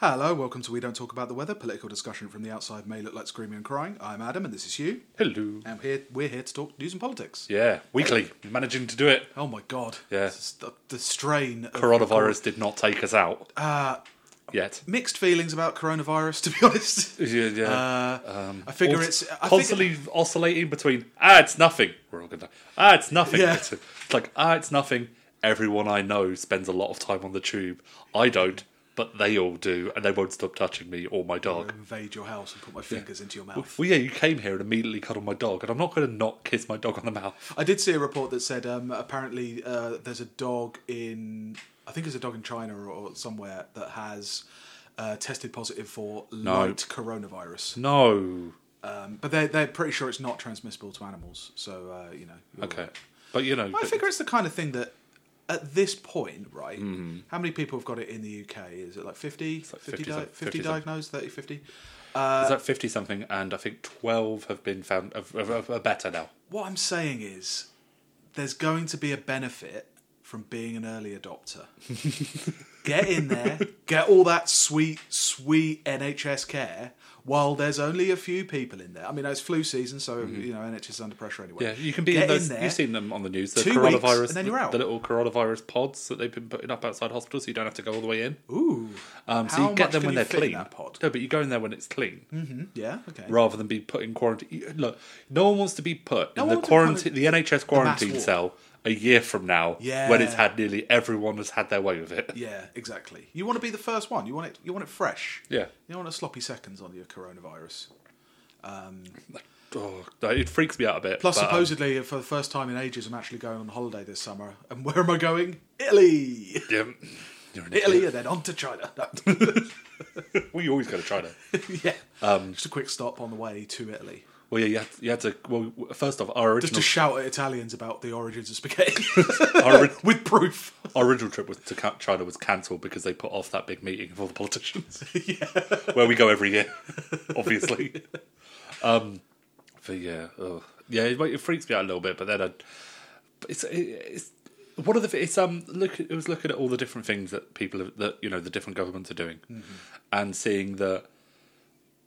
Hello, welcome to We Don't Talk About the Weather. Political discussion from the outside may look like screaming and crying. I'm Adam, and this is Hugh. Hello. And we're here, we're here to talk news and politics. Yeah, weekly, managing to do it. Oh my god. Yeah. This is The, the strain. of- Coronavirus did not take us out Uh, yet. mixed feelings about coronavirus, to be honest. Yeah, yeah. Uh, I figure Also- it's. I Um, constantly Figure, oscillating between ah, it's nothing. We're all gonna ah, it's nothing. Yeah. It's like ah, it's nothing. Everyone I know spends a lot of time on the tube. I don't, but they all do, and they won't stop touching me or my dog. invade your house and put my fingers into your mouth. Well, yeah, you came here and immediately cuddled my dog, and I'm not going to not kiss my dog on the mouth. I did see a report that said um, apparently uh, there's a dog in, I think it's a dog in China or, or somewhere that has uh, tested positive for light coronavirus. No, Um, but they're, they're pretty sure it's not transmissible to animals. So, uh, you know. you're okay, right. but you know, I but- figure it's the kind of thing that at this point, right? How many people have got it in the UK? Is it like 50? Mm-hmm. like 50, 50 di- some- 50 50 some. diagnosed, 30, 50? There's like 50 something, and I think 12 have been found are, are, are better now. What I'm saying is there's going to be a benefit from being an early adopter. get in there, get all that sweet, sweet NHS care. While there's only a few people in there, I mean, it's flu season, so you know NHS is under pressure anyway. Mm-hmm. Yeah, you can be Get in those. there. you've seen them on the news. The two weeks, coronavirus, and then you're out. The little coronavirus pods that they've been putting up outside hospitals, so you don't have to go all the way in. Ooh, Um, so How you get much them can when you they're fit in clean. that pod? Mm-hmm. No, but you go in there when it's clean, yeah, okay. rather than be put in quarantine. Look, no one wants to be put No in one wants to the be put quarantine, in the NHS quarantine war. cell a year from now, Yeah. when it's had nearly everyone has had their way with it. Yeah, exactly. You want to be the first one. You want it. You want it fresh. Yeah. You don't want a sloppy seconds on your coronavirus. Oh, it freaks me out a bit. Plus, but, um, supposedly, for the first time in ages, I'm actually going on holiday this summer. And where am I going? Italy. yeah, you're an Italy, idiot. and then on to China. We always go to China. yeah. Um, just a quick stop on the way to Italy. Well, yeah, you had, you had to. Well, first off, our Just original to shout at Italians about the origins of spaghetti our, ori- with proof. our original trip was to Ca- China was cancelled because they put off that big meeting of all the politicians, where we go every year, obviously. um, but yeah, ugh. yeah, it, it freaks me out a little bit. But then, I, but it's it, it's one of the it's um look it was looking at all the different things that people have, that you know the different governments are doing, Mm-hmm. and seeing that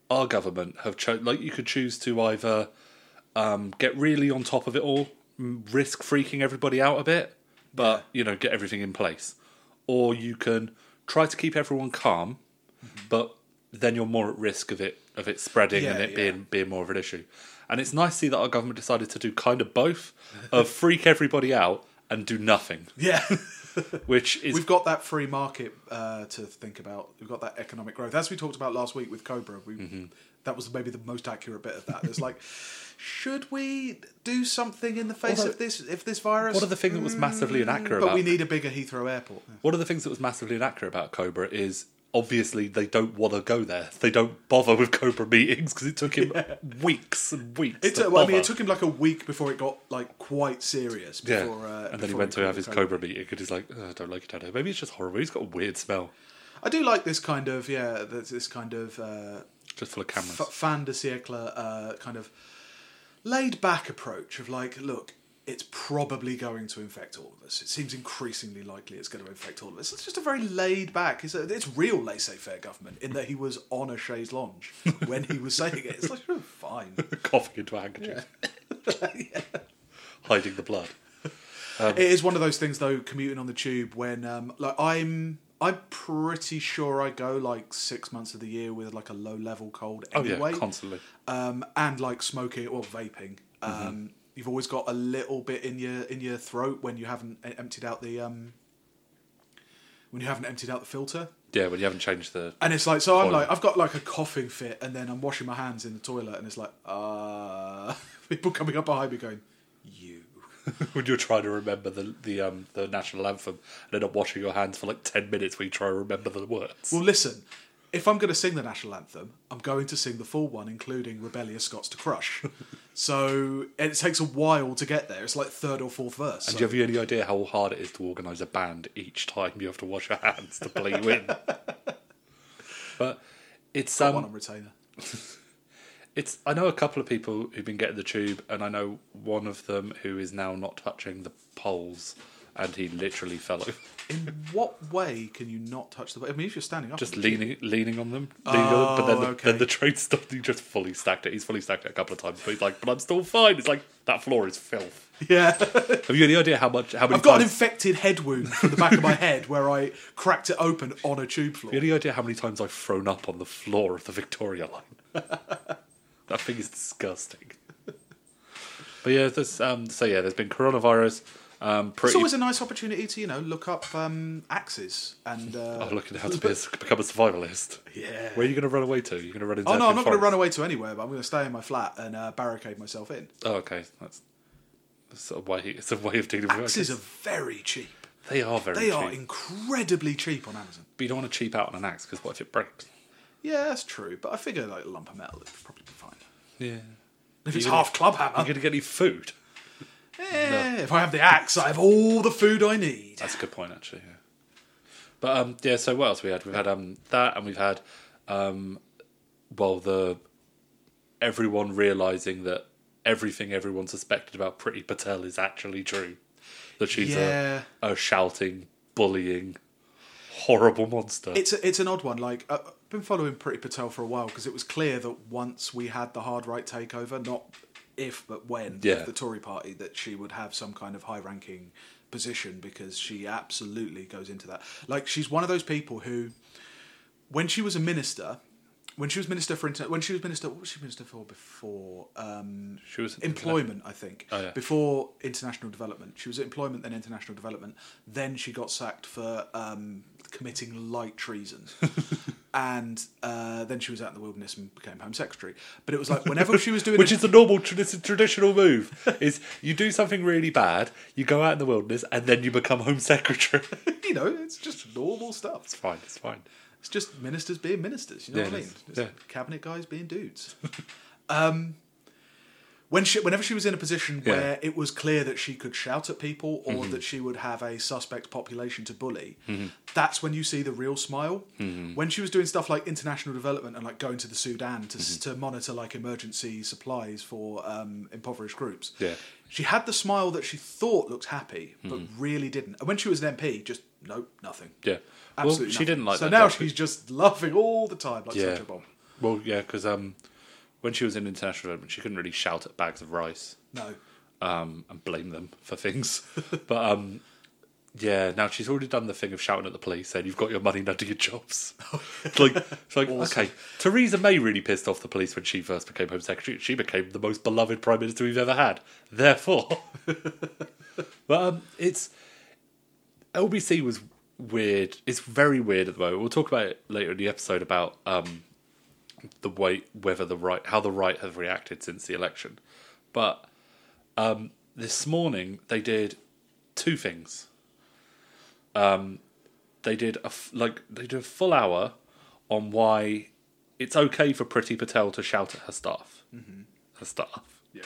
our government have chosen like you could choose to either um, get really on top of it all, m- risk freaking everybody out a bit, but you know get everything in place, or you can try to keep everyone calm, but then you're more at risk of it of it spreading and Mm-hmm. Yeah, it yeah. being being more of an issue. And it's nice to see that our government decided to do kind of both, of freak everybody out and do nothing, Yeah. which is We've got that free market uh, to think about. We've got that economic growth, as we talked about last week with Cobra. We, Mm-hmm. That was maybe the most accurate bit of that. It's like, should we do something in the face Although- of this? If this virus, Mm, one of the things that was massively inaccurate. but about we need a bigger Heathrow Airport. One of the things that was massively inaccurate about Cobra is obviously they don't want to go there. They don't bother with Cobra meetings because it took him weeks and weeks. It, to took- well, I mean, it bother. took him like a week before it got like quite serious. Yeah, Before, uh, and before then he went to got have the his Cobra meeting and he's like, "Ugh, I don't like it out here. Maybe it's just horrible. He's got a weird smell, I do like this kind of yeah, this, this kind of uh, just full of cameras. f- fan de siècle uh, kind of laid back approach of like, look, it's probably going to infect all of us. It seems increasingly likely it's going to infect all of us. It's just a very laid back. It's, a, it's real laissez faire government in that he was on a chaise lounge when he was saying it. It's like oh, fine. Coughing into a handkerchief, hiding the blood. Um, it is one of those things though. Commuting on the tube when um, like I'm. I'm pretty sure I go like six months of the year with like a low level cold Oh yeah, anyway. constantly. um, and like smoking or vaping. Um, Mm-hmm. You've always got a little bit in your in your throat when you haven't e- emptied out the um, when you haven't emptied out the filter. Yeah, when you haven't changed the And it's like, so I'm Colin. like, I've got like a coughing fit, and then I'm washing my hands in the toilet, and it's like, uh, people coming up behind me going, you. when you're trying to remember the the um the national anthem and end up washing your hands for like ten minutes when you try to remember the words. Well, listen, if I'm going to sing the national anthem, I'm going to sing the full one, including Rebellious Scots to Crush. so and it takes a while to get there. It's like third or fourth verse. Do you have any idea how hard it is to organise a band each time you have to wash your hands to play you in? but it's one um, on retainer. it's I know a couple of people who've been getting the tube, and I know one of them who is now not touching the poles and he literally fell over. In what way can you not touch the? I mean, if you're standing up, Just leaning, leaning on them, leaning on them. But then the, Oh, okay. then the train stopped. He just fully stacked it. He's fully stacked it a couple of times, but he's like, "But I'm still fine." It's like that floor is filth. yeah. Have you any idea how much? How many? I've got an times, infected head wound from the back of my head where I cracked it open on a tube floor. have you any idea how many times I've thrown up on the floor of the Victoria Line? that thing is disgusting. But yeah, there's um, so yeah, there's been coronavirus. Um, pretty. It's always a nice opportunity to you know look up um, axes and. Uh, oh, look at how to be a- become a survivalist. Yeah. Where are you going to run away to? You're going to run into. Oh no, I'm not going to forest? run away to anywhere, but I'm going to stay in my flat and uh, barricade myself in. Oh, okay. That's, that's sort of way. It's a way of dealing with it. Axes are very cheap. They are very. They are cheap. incredibly cheap on Amazon. But you don't want to cheap out on an axe because what if it breaks? Yeah, that's true. But I figure like a lump of metal, it'd probably be fine. Yeah. If it's half club Are you hammer, going to get any food? eh, if I have the axe, I have all the food I need. That's a good point, actually. Yeah. But um, yeah. So what else we had? We've had um that, and we've had um, well the everyone realizing that everything everyone suspected about Pretty Patel is actually true. That she's Yeah. a, a shouting, bullying, horrible monster. It's a, it's an odd one. Like uh, I've been following Pretty Patel for a while because it was clear that once we had the hard right takeover, not if but when, of Yeah. the Tory party, that she would have some kind of high ranking position because she absolutely goes into that. Like she's one of those people who, when she was a minister. When she was minister for inter- when she was minister, what was she minister for before? Um, she was employment, I think. Oh, yeah. Before international development, she was at employment, then international development. Then she got sacked for um, committing light treason, and uh, then she was out in the wilderness and became Home Secretary. But it was like whenever she was doing, which a- is the normal tra- this is traditional move is you do something really bad you go out in the wilderness and then you become home secretary you know, it's just normal stuff. it's fine it's fine It's just ministers being ministers. You know Yeah, what I it mean? is. It's Yeah. Cabinet guys being dudes. um, when she, whenever she was in a position Yeah. Mm-hmm. where it was clear that she could shout at people or that she would have a suspect population to bully, that's when you see the real smile. Mm-hmm. When she was doing stuff like international development and like going to the Sudan to, Mm-hmm. s to monitor like emergency supplies for um, impoverished groups, Yeah. she had the smile that she thought looked happy but Mm-hmm. really didn't. And when she was an MP, just nope, nothing. yeah Absolutely. well she nothing. didn't like So that now job, she's just laughing all the time, like Yeah. such a bomb. but- well yeah because um when she was in international development she couldn't really shout at bags of rice No. um and blame them for things but um yeah, now she's already done the thing of shouting at the police saying you've got your money, now do your jobs. It's like, it's like okay, Theresa May really pissed off the police when she first became Home Secretary. She became the most beloved Prime Minister we've ever had. Therefore, but um, it's LBC was weird. It's very weird at the moment. We'll talk about it later in the episode about um, the way whether the right how the right have reacted since the election. But um, this morning they did two things Um, they did a f- like they did a full hour on why it's okay for Pretty Patel to shout at her staff, her staff. Yeah.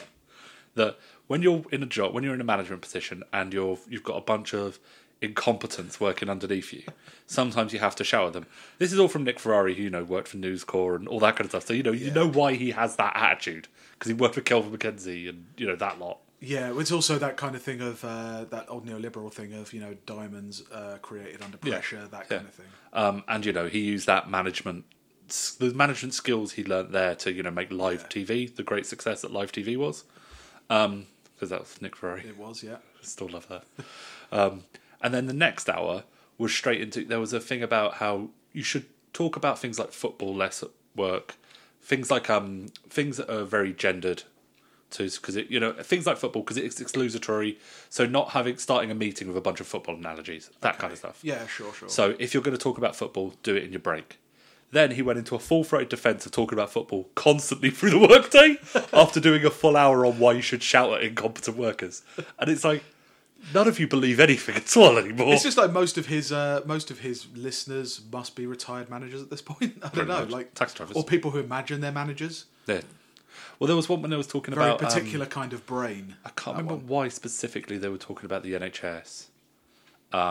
That when you're in a job, when you're in a management position, and you're you've got a bunch of incompetents working underneath you, sometimes you have to shout at them. This is all from Nick Ferrari, who you know worked for News Corp and all that kind of stuff. So you know you know why he has that attitude because he worked with Kelvin McKenzie and you know that lot. Yeah, it's also that kind of thing of uh, that old neoliberal thing of, you know, diamonds uh, created under pressure, that kind Yeah. of thing. Um, and you know, he used that management, the management skills he learnt there to you know make live TV the great success that live TV was, because that was Nick Ferrari. It was, yeah. Still love her. Um, and then the next hour was straight into there was a thing about how you should talk about things like football less at work, things like um things that are very gendered. To because it you know things like football because it's exclusatory, so not having starting a meeting with a bunch of football analogies that kind of stuff. Yeah, sure, sure. So if you're going to talk about football, do it in your break. Then he went into a full throated defence of talking about football constantly through the workday after doing a full hour on why you should shout at incompetent workers. And it's like, none of you believe anything at all anymore. it's just like most of his uh, most of his listeners must be retired managers at this point. I don't Pretty know, much. like Tax drivers. or people who imagine they're managers. Yeah. Well, there was one when they was talking Very about. um, particular kind of brain. I can't remember why specifically they were talking about the NHS.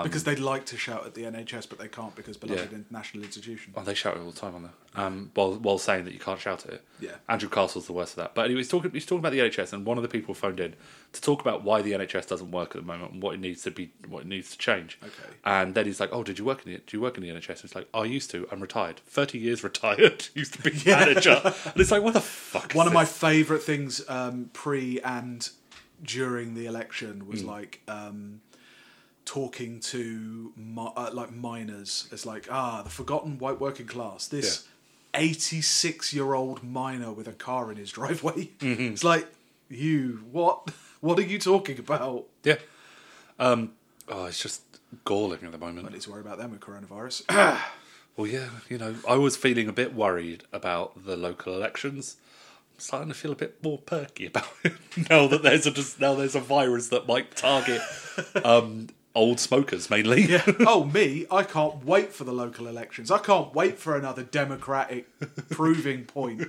because they'd like to shout at the NHS, but they can't because beloved um, Yeah. international institution. Oh, they shout it all the time on there. Um, while while saying that you can't shout at it. Yeah. Andrew Castle's the worst of that. But anyway, he's talking he's talking about the NHS, and one of the people phoned in to talk about why the NHS doesn't work at the moment and what it needs to be what it needs to change. Okay. And then he's like, "Oh, did you work in the do you work in the NHS?" And it's like, "Oh, "I used to. I'm retired. Thirty years retired. used to be manager." And it's like, "What the fuck?" is One of my this? favourite things um, pre and during the election was like um, talking to mi- uh, like miners. It's like ah, the forgotten white working class. This eighty-six-year-old miner with a car in his driveway. It's like you what? What are you talking about? yeah. Um. Oh, it's just galling at the moment. I need to worry about them with coronavirus. Well, yeah, you know, I was feeling a bit worried about the local elections. I'm starting to feel a bit more perky about it now that there's a just now there's a virus that might target um, old smokers mainly. oh me, I can't wait for the local elections. I can't wait for another democratic proving point.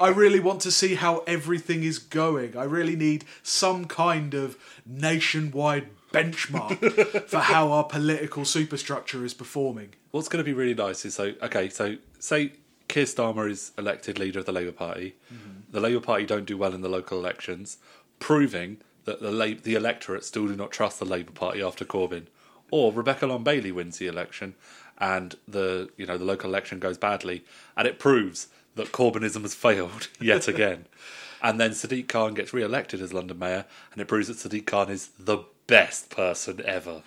I really want to see how everything is going. I really need some kind of nationwide benchmark for how our political superstructure is performing. What's going to be really nice is so okay, so say Keir Starmer is elected leader of the Labour Party. The Labour Party don't do well in the local elections, proving that the La- the electorate still do not trust the Labour Party after Corbyn. Or Rebecca Long Bailey wins the election, and the you know the local election goes badly, and it proves that Corbynism has failed yet again. and then Sadiq Khan gets re-elected as London mayor, and it proves that Sadiq Khan is the best person ever.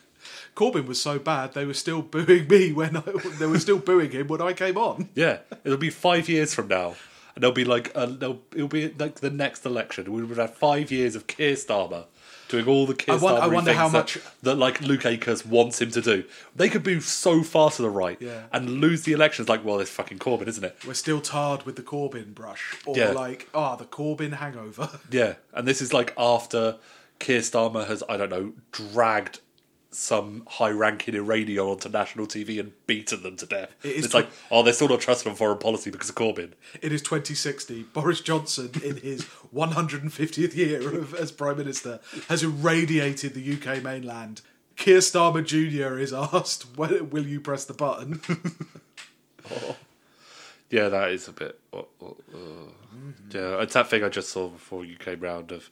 Corbyn was so bad they were still booing me when I, they were still booing him when I came on. Yeah, it'll be five years from now, and there'll be like a, there'll, it'll be like the next election. We would have five years of Keir Starmer doing all the Keir I won- Starmer I wonder things how that, much- that like Luke Akers wants him to do. They could move so far to the right Yeah. and lose the elections. Like, well, it's fucking Corbyn, isn't it? We're still tarred with the Corbyn brush, or Yeah. like ah the Corbyn hangover. Yeah, and this is like after Keir Starmer has I don't know dragged some high-ranking Iranian onto national TV and beaten them to death. It is it's like, oh, they're still not trusted on foreign policy because of Corbyn. It is 2060. Boris Johnson, in his 150th year of, as Prime Minister, has irradiated the UK mainland. Keir Starmer Jr. is asked, when, Will you press the button? Yeah, that is a bit. Uh, uh, uh. Yeah, it's that thing I just saw before you came round of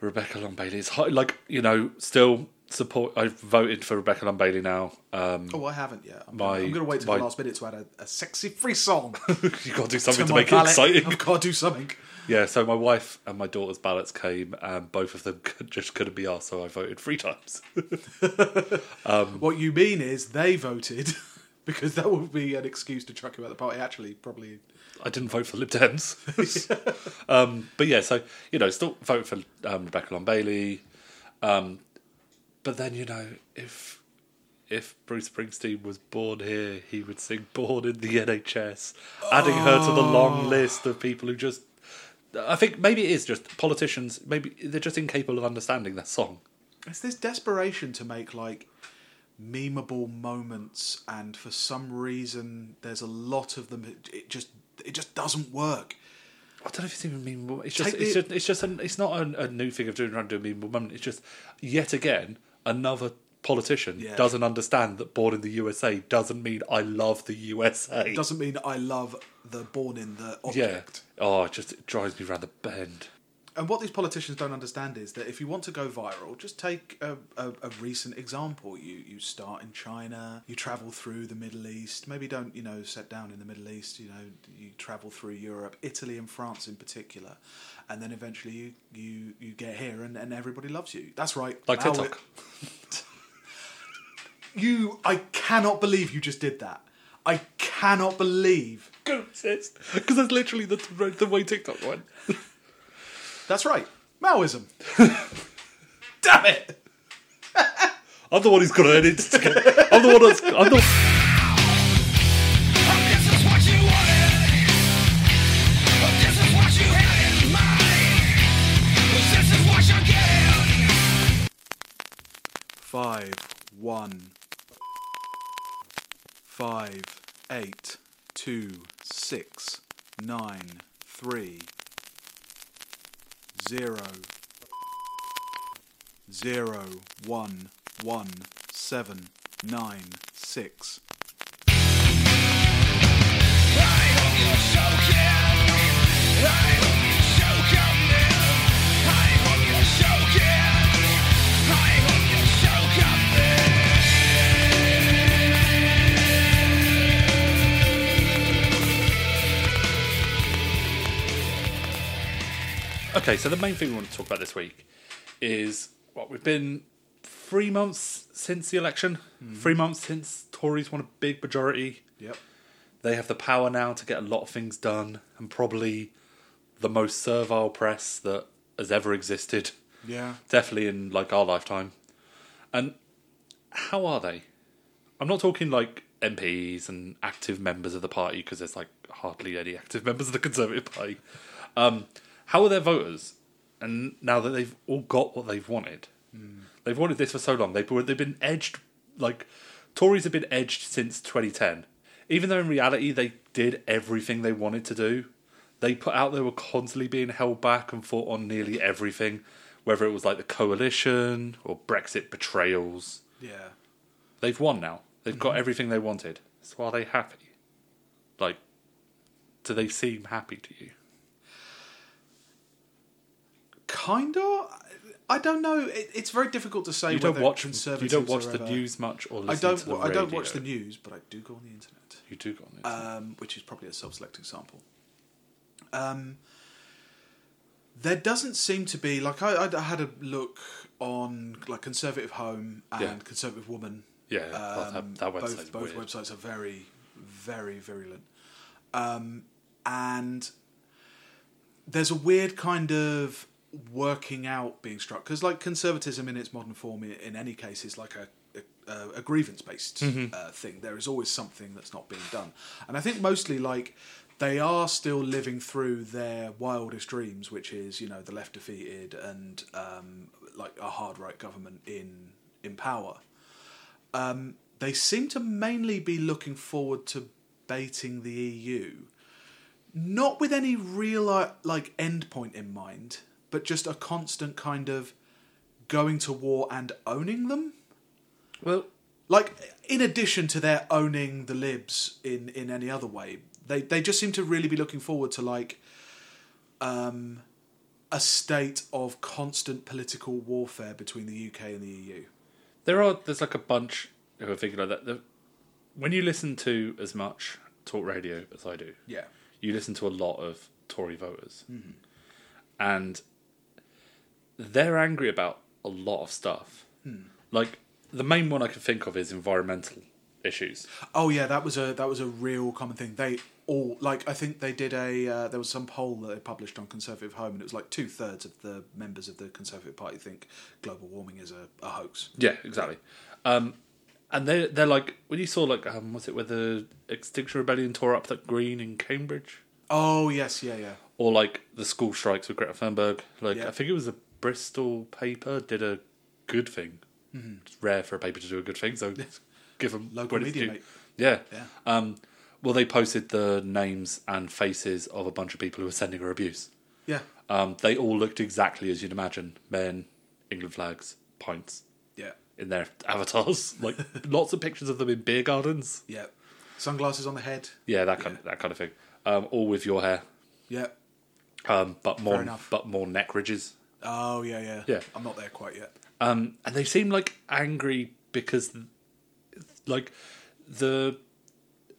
Rebecca Long Bailey. It's hard, like you know, still support. I've voted for Rebecca Long Bailey now. Um, oh, I haven't yet. I'm, My- going to wait till my- the last minute to add a, a sexy free song you got to do something to, my make ballot. it exciting. I've got to do something. Yeah, so my wife and my daughter's ballots came, and both of them could, just couldn't be asked, so I voted three times. What you mean is they voted because that would be an excuse to chuck him out the party. Actually, probably. I didn't vote for Lib Dems. um, but yeah, so you know, still vote for um, Rebecca Long Bailey. Um, but then you know, if if Bruce Springsteen was born here, he would sing "Born in the NHS," adding her to the long list of people who just. I think maybe it is just politicians. Maybe they're just incapable of understanding that song. It's this desperation to make like memeable moments, and for some reason, there's a lot of them. It, it just it just doesn't work. I don't know if it's even mean. It's just, Take it's the- just, it's just, an, it's not a, a new thing of doing around doing memeable moment. It's just yet again another politician Yeah. doesn't understand that born in the USA doesn't mean I love the USA. It doesn't mean I love the born in the yeah. object. Oh, it just it drives me round the bend. And what these politicians don't understand is that if you want to go viral, just take a, a, a recent example. You you start in China, you travel through the Middle East. Maybe don't you know set down in the Middle East. You know you travel through Europe, Italy, and France in particular, and then eventually you you, you get here and, and everybody loves you. That's right. Like Now TikTok. it- You, I cannot believe you just did that. I cannot believe. Because that's literally the, the way TikTok went. That's right. Maoism. Damn it. I'm the one who's got to edit. I'm the one that's. I'm the. Hope this is what you wanted. Hope this is what you had in mind. 'Cause this is what you're getting. five one five eight two six nine three zero zero one one seven nine six. Okay, so the main thing we want to talk about this week is what we've been three months since the election, three months since Tories won a big majority. Yep. They have the power now to get a lot of things done, and probably the most servile press that has ever existed, Yeah. definitely in like our lifetime. And how are they? I'm not talking like MPs and active members of the party because there's like hardly any active members of the Conservative Party. Um, how are their voters? And now that they've all got what they've wanted, they've wanted this for so long. They've they've been edged like Tories have been edged since 2010. Even though in reality they did everything they wanted to do, they put out they were constantly being held back and fought on nearly everything, whether it was like the coalition or Brexit betrayals. Yeah. They've won now. They've Mm-hmm. got everything they wanted. So are they happy? Like, do they seem happy to you? Kind of. I don't know. It, it's very difficult to say. You don't whether watch. You Conservatives don't watch are the ever- news much or I listen don't. to the I don't watch the radio. news, but I do go on the internet. You do go on the internet. um, which is probably a self-selecting sample. Um, there doesn't seem to be like I, I had a look on like conservative home and Yeah. conservative woman. Yeah, well, that- that website's Um, both, both weird. websites are very, very virulent, um, and there's a weird kind of working out being struck because like conservatism in its modern form i- in any case is like a a, a grievance based Mm-hmm. uh, thing there is always something that's not being done and i think mostly like they are still living through their wildest dreams which is you know the left defeated and um, like a hard right government in in power um, they seem to mainly be looking forward to baiting the eu not with any real uh, like end point in mind, but just a constant kind of going to war and owning them. well, Like in addition to their owning the libs in in any other way, they they just seem to really be looking forward to like um a state of constant political warfare between the UK and the E EU. there are. There's like a bunch who are thinking like that. The- When you listen to as much talk radio as I do, Yeah. you listen to a lot of Tory voters, Mm-hmm. and they're angry about a lot of stuff. Hmm. Like the main one I can think of is environmental issues. Oh yeah, that was a that was a real common thing. They all like I think they did a uh, there was some poll that they published on Conservative Home, and it was like two thirds of the members of the Conservative Party think global warming is a, a hoax. Yeah, exactly. Um, and they they're like when you saw like um, was it where the Extinction Rebellion tore up that green in Cambridge, Oh yes, yeah, yeah, or like the school strikes with Greta Thunberg. Like Yeah. I think it was a Bristol paper did a good thing. It's rare for a paper to do a good thing, so give them Mm-hmm. Local media, mate. Yeah. Yeah. Um, well, they posted the names and faces of a bunch of people who were sending her abuse. yeah, Um, they all looked exactly as you'd imagine: men, England flags, pints yeah, in their avatars, like lots of pictures of them in beer gardens. yeah. Sunglasses on the head. Yeah, that kind of that kind of thing. Um, all with your hair, Yeah. um, but more enough. but more neck ridges. Oh yeah, yeah. Yeah. I'm not there quite yet. Um, and they seem like angry because, like, the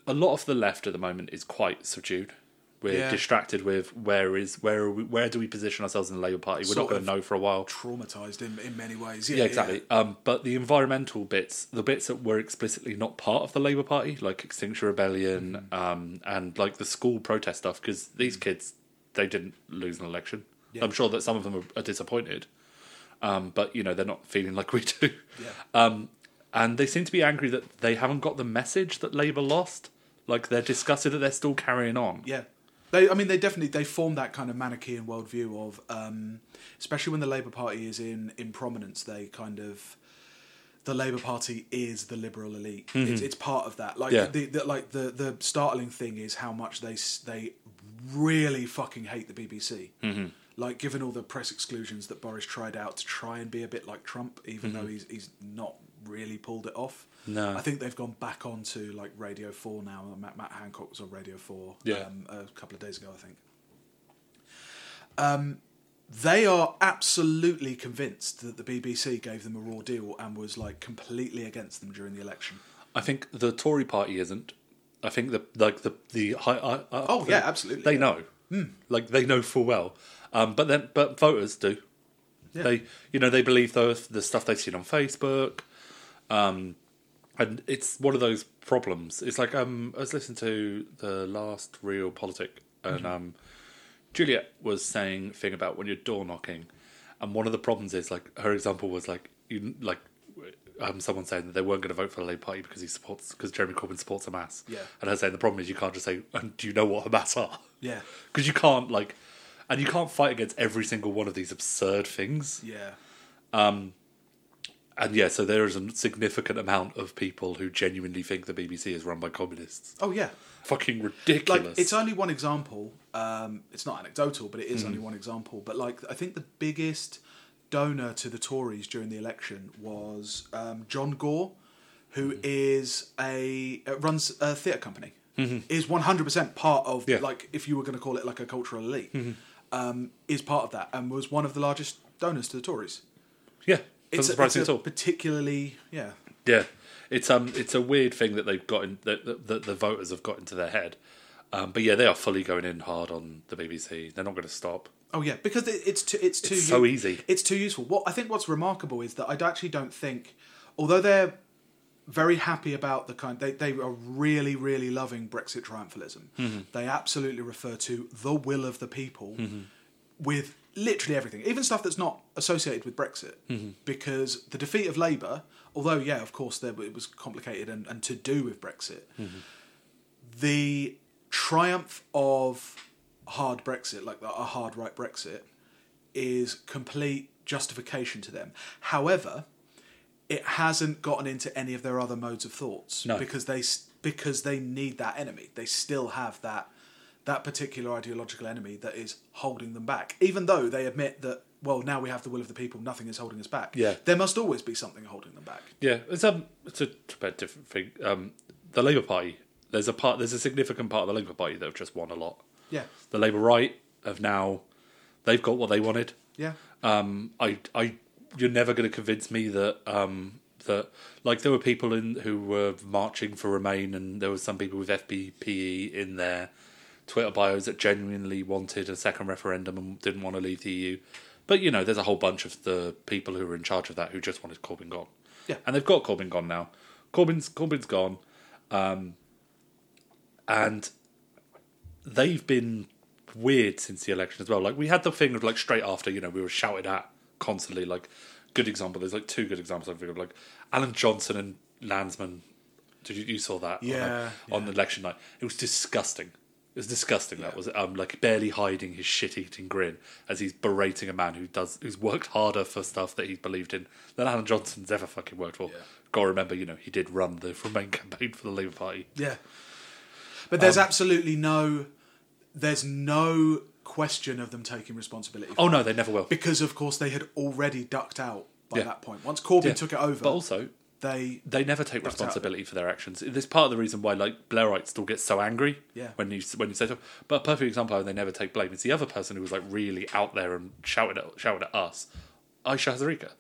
a lot of the left at the moment is quite subdued. We're Yeah. distracted with where is where are we, where do we position ourselves in the Labour Party? We're Sort not going of. to know for a while. Traumatized in in many ways. Yeah, Yeah, exactly. Um, but the environmental bits, the bits that were explicitly not part of the Labour Party, like Extinction Rebellion Mm-hmm. um, and like the school protest stuff, because these kids, they didn't lose an election. Mm. Yeah. I'm sure that some of them are, are disappointed, um, but you know they're not feeling like we do. Yeah. Um, and they seem to be angry that they haven't got the message that Labour lost. Like they're disgusted that they're still carrying on. Yeah. They, I mean, they definitely they form that kind of Manichaean worldview of, um, especially when the Labour Party is in in prominence. They kind of, the Labour Party is the liberal elite. It's, it's part of that. Like Mm-hmm. Yeah. the, the like the the startling thing is how much they s- they really fucking hate the BBC. Mm-hmm. Like, given all the press exclusions that Boris tried out to try and be a bit like Trump, even though he's he's not really pulled it off. Mm-hmm. No. I think they've gone back onto like Radio Four now. and Matt, Matt Hancock was on Radio Four Yeah. um, a couple of days ago, I think. Um, they are absolutely convinced that the BBC gave them a raw deal and was like completely against them during the election. I think the Tory party isn't. I think the like the the high. I, I, Oh, yeah, absolutely, They yeah. know, Hmm, like they know full well. Um, but then, but voters do. Yeah. They, you know, they believe the the stuff they've seen on Facebook. Um, and it's one of those problems. It's like um, I was listening to the last Real Politic, and Mm-hmm. um, Juliet was saying a thing about when you're door knocking, and one of the problems is like her example was like you like um, someone saying that they weren't going to vote for the Labour Party because he supports because Jeremy Corbyn supports Hamas. Yeah. and her saying the problem is you can't just say, and "Do you know what Hamas are?" Yeah. because you can't like, and you can't fight against every single one of these absurd things. Yeah. And yeah, so there is a significant amount of people who genuinely think the BBC is run by communists. Oh yeah. Fucking Like ridiculous. it's only one example. Um, it's not anecdotal, but it Hmm. is only one example. But like I think the biggest donor to the Tories during the election was um, John Gore, Hmm. who is a uh, runs a theatre company. Is one hundred percent part of Mm-hmm. Yeah. Mm-hmm. like if you were going to call it like a cultural elite, um, is part of that and was one of the largest donors to the Tories. yeah, doesn't It's a, it's surprise me a at all. particularly yeah Yeah, it's um, it's a weird thing that they've got in, that, that, that the voters have got into their head. Um, but yeah, they are fully going in hard on the BBC. They're not going to stop. Oh yeah, because it, it's too, it's too It's so easy. It's too useful. What I think what's remarkable is that I actually don't think, although they're very happy about the kind they they are really really loving Brexit triumphalism. Mm-hmm. They absolutely refer to the will of the people with literally everything, even stuff that's not associated with Brexit, Mm-hmm. because the defeat of Labour, although yeah, of course, there it was complicated and, and to do with Brexit the triumph of hard Brexit, like a hard right Brexit, is complete justification to them. However, it hasn't gotten into any of their other modes of thoughts No. because they s- because they need that enemy. They still have that that particular ideological enemy that is holding them back. Even though they admit that well, now we have the will of the people, nothing is holding us back. Yeah. There must always be something holding them back. Yeah, it's um, it's a, it's a bit different thing. Um, the Labour Party. There's a part. There's a significant part of the Labour Party that have just won a lot. Yeah. The Labour right have now. They've got what they wanted. Yeah. um, I, I, you're never going to convince me that um, that like there were people in who were marching for Remain, and there were some people with FBPE E in their Twitter bios that genuinely wanted a second referendum and didn't want to leave the EU. But you know, there's a whole bunch of the people who are in charge of that who just wanted Corbyn gone. Yeah. and they've got Corbyn gone now. Corbyn's Corbyn's gone, um, and they've been weird since the election as well. Like we had the thing of like straight after, you know, we were shouted at constantly. Like good example, there's like two good examples I think of like Alan Johnson and Landsman. Did you, you saw that? on, Yeah, on election night, it was disgusting. It was disgusting. That was um like barely hiding his shit-eating grin as he's berating a man who does who's worked harder for stuff that he's believed in than Alan Johnson's ever fucking worked for. Yeah. Gotta remember, you know, he did run the Remain campaign for the Labour Party. Yeah. But there's Um, absolutely no there's no question of them taking responsibility. for Oh it. no, they never will. Because of course they had already ducked out by Yeah. that point. Once Corbyn Yeah. took it over, But also, they they never take That's out responsibility for their actions. This is part of the reason why like Blairites still get so angry Yeah. when you when you say stuff. But a perfect example, how they never take blame. It's the other person who was like really out there and shouted at, shouted at us, Aisha Hazarika.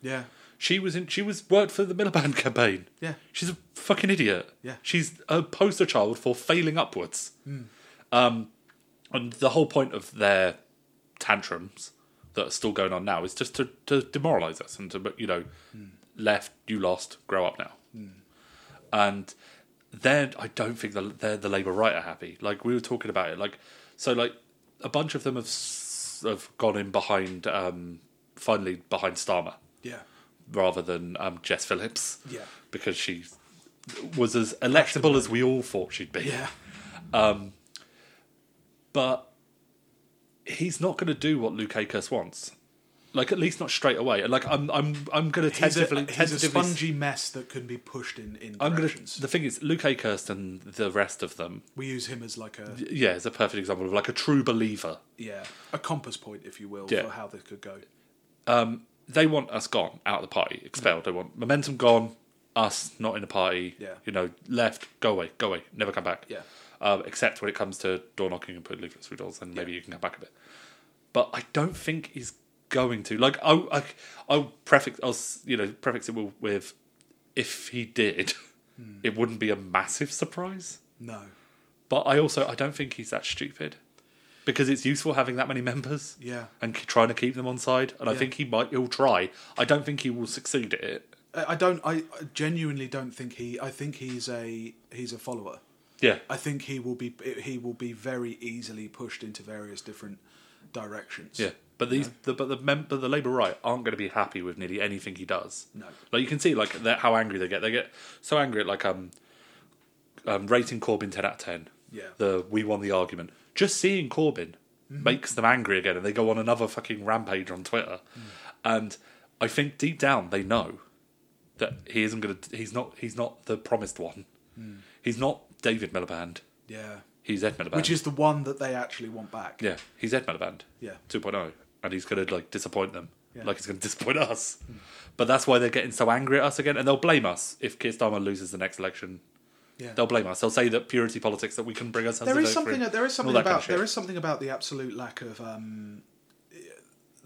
yeah. She was in. She was worked for the Miliband campaign. Yeah. she's a fucking idiot. Yeah. Hmm. she's a poster child for failing upwards. Um, and the whole point of their tantrums that are still going on now is just to, to demoralise us and to you know, Hmm. left you lost, grow up now. And then I don't think the they're the Labour right are happy. Like we were talking about it. Like so, like a bunch of them have s- have gone in behind. Um, finally behind Starmer Yeah. rather than um, Jess Phillips. Yeah. Because she was as electable as we all thought she'd be. Yeah. But he's not going to do what Luke Akers wants. Like at least not straight away. Like I'm, I'm, I'm going to He's a, tentatively, he's a tentatively spongy mess that can be pushed in, in I'm going directions. to. The thing is, Luke Akers and the rest of them, we use him as like a yeah, is a perfect example of like a true believer. yeah a compass point, if you will, Yeah. for how this could go. they want us gone out of the party, expelled. They want momentum gone, us not in the party. Yeah. You know, left, go away, go away, never come back. Yeah. Um, except when it comes to door knocking and putting leaflets through doors, then maybe you can come back a bit. But I don't think he's going to. Like, I, I, I'll prefix, I'll s- you know prefix it with- with, if he did, Hmm. it wouldn't be a massive surprise. No. But I also I don't think he's that stupid because it's useful having that many members. Yeah. and ke- trying to keep them on side. And I Yeah. think he might. He'll try. I don't think he will succeed at it. I I don't. I I genuinely don't think he. I think he's a he's a follower. Yeah, I think he will be he will be very easily pushed into various different directions. yeah. But these, the, but the mem- but the Labour right aren't going to be happy with nearly anything he does. No. like you can see, like they're- how angry they get. They get so angry at like um, um rating Corbyn ten out of ten. Yeah. Mm-hmm. the we won the argument. Just seeing Corbyn makes them angry again, and they go on another fucking rampage on Twitter. Mm. And I think deep down they know that he isn't going to. He's not. He's not the promised one. Mm. He's not David Miliband. yeah. He's Ed Miliband. Which is the one that they actually want back. Yeah, he's Ed Miliband. Yeah. 2.0. And he's going to like disappoint them. Yeah. Like he's going to disappoint us. But that's why they're getting so angry at us again. And they'll blame us if Keir Starmer loses the next election. Yeah. They'll blame us. They'll say that purity politics that we can bring ourselves there to is vote something. for it, There is and all something that about. kind of shit. there is something about the absolute lack of um,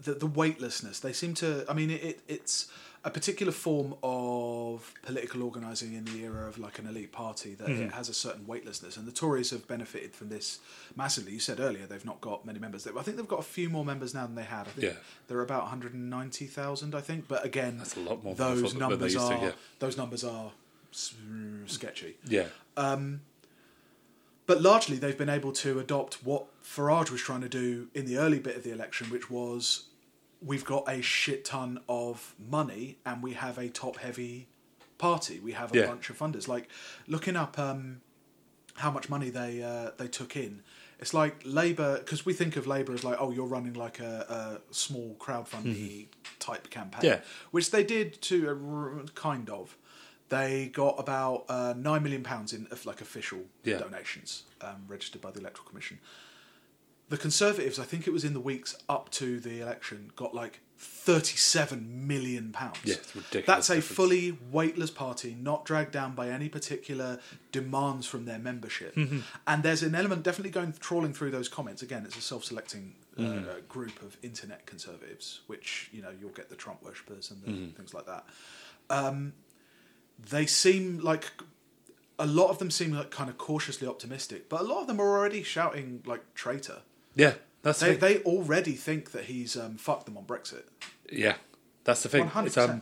the the weightlessness. They seem to. I mean, it, it's a particular form of political organising in the era of like an elite party that Mm-hmm. it has a certain weightlessness, and the Tories have benefited from this massively. You said earlier they've not got many members. They- I think they've got a few more members now than they had. I think Yeah. they're about one hundred and ninety thousand. I think, but again, That's a lot more than I Those thought that- than they numbers used are to, yeah. those numbers are s- mm, sketchy. Yeah. But largely, they've been able to adopt what Farage was trying to do in the early bit of the election, which was we've got a shit ton of money and we have a top heavy party. We have a Yeah. bunch of funders. Like, looking up um, how much money they, uh, they took in, it's like Labour, because we think of Labour as like, oh, you're running like a, a small crowdfunding type campaign, Mm-hmm. Yeah. which they did to a r- kind of. They got about uh, nine million pounds in of like official Yeah. donations um, registered by the Electoral Commission. The Conservatives, I think it was in the weeks up to the election, got like thirty-seven million pounds. Yeah, it's ridiculous That's a difference. fully weightless party, not dragged down by any particular demands from their membership. Mm-hmm. And there's an element definitely going trawling through those comments. Again, it's a self-selecting uh, Mm-hmm. uh, group of internet conservatives, which you know you'll get the Trump worshippers and the, Mm-hmm. things like that Um, they seem like a lot of them seem like kind of cautiously optimistic, but a lot of them are already shouting like traitor. yeah. That's They the thing. they already think that he's um, fucked them on Brexit. yeah. That's the thing. It's, 100%. um,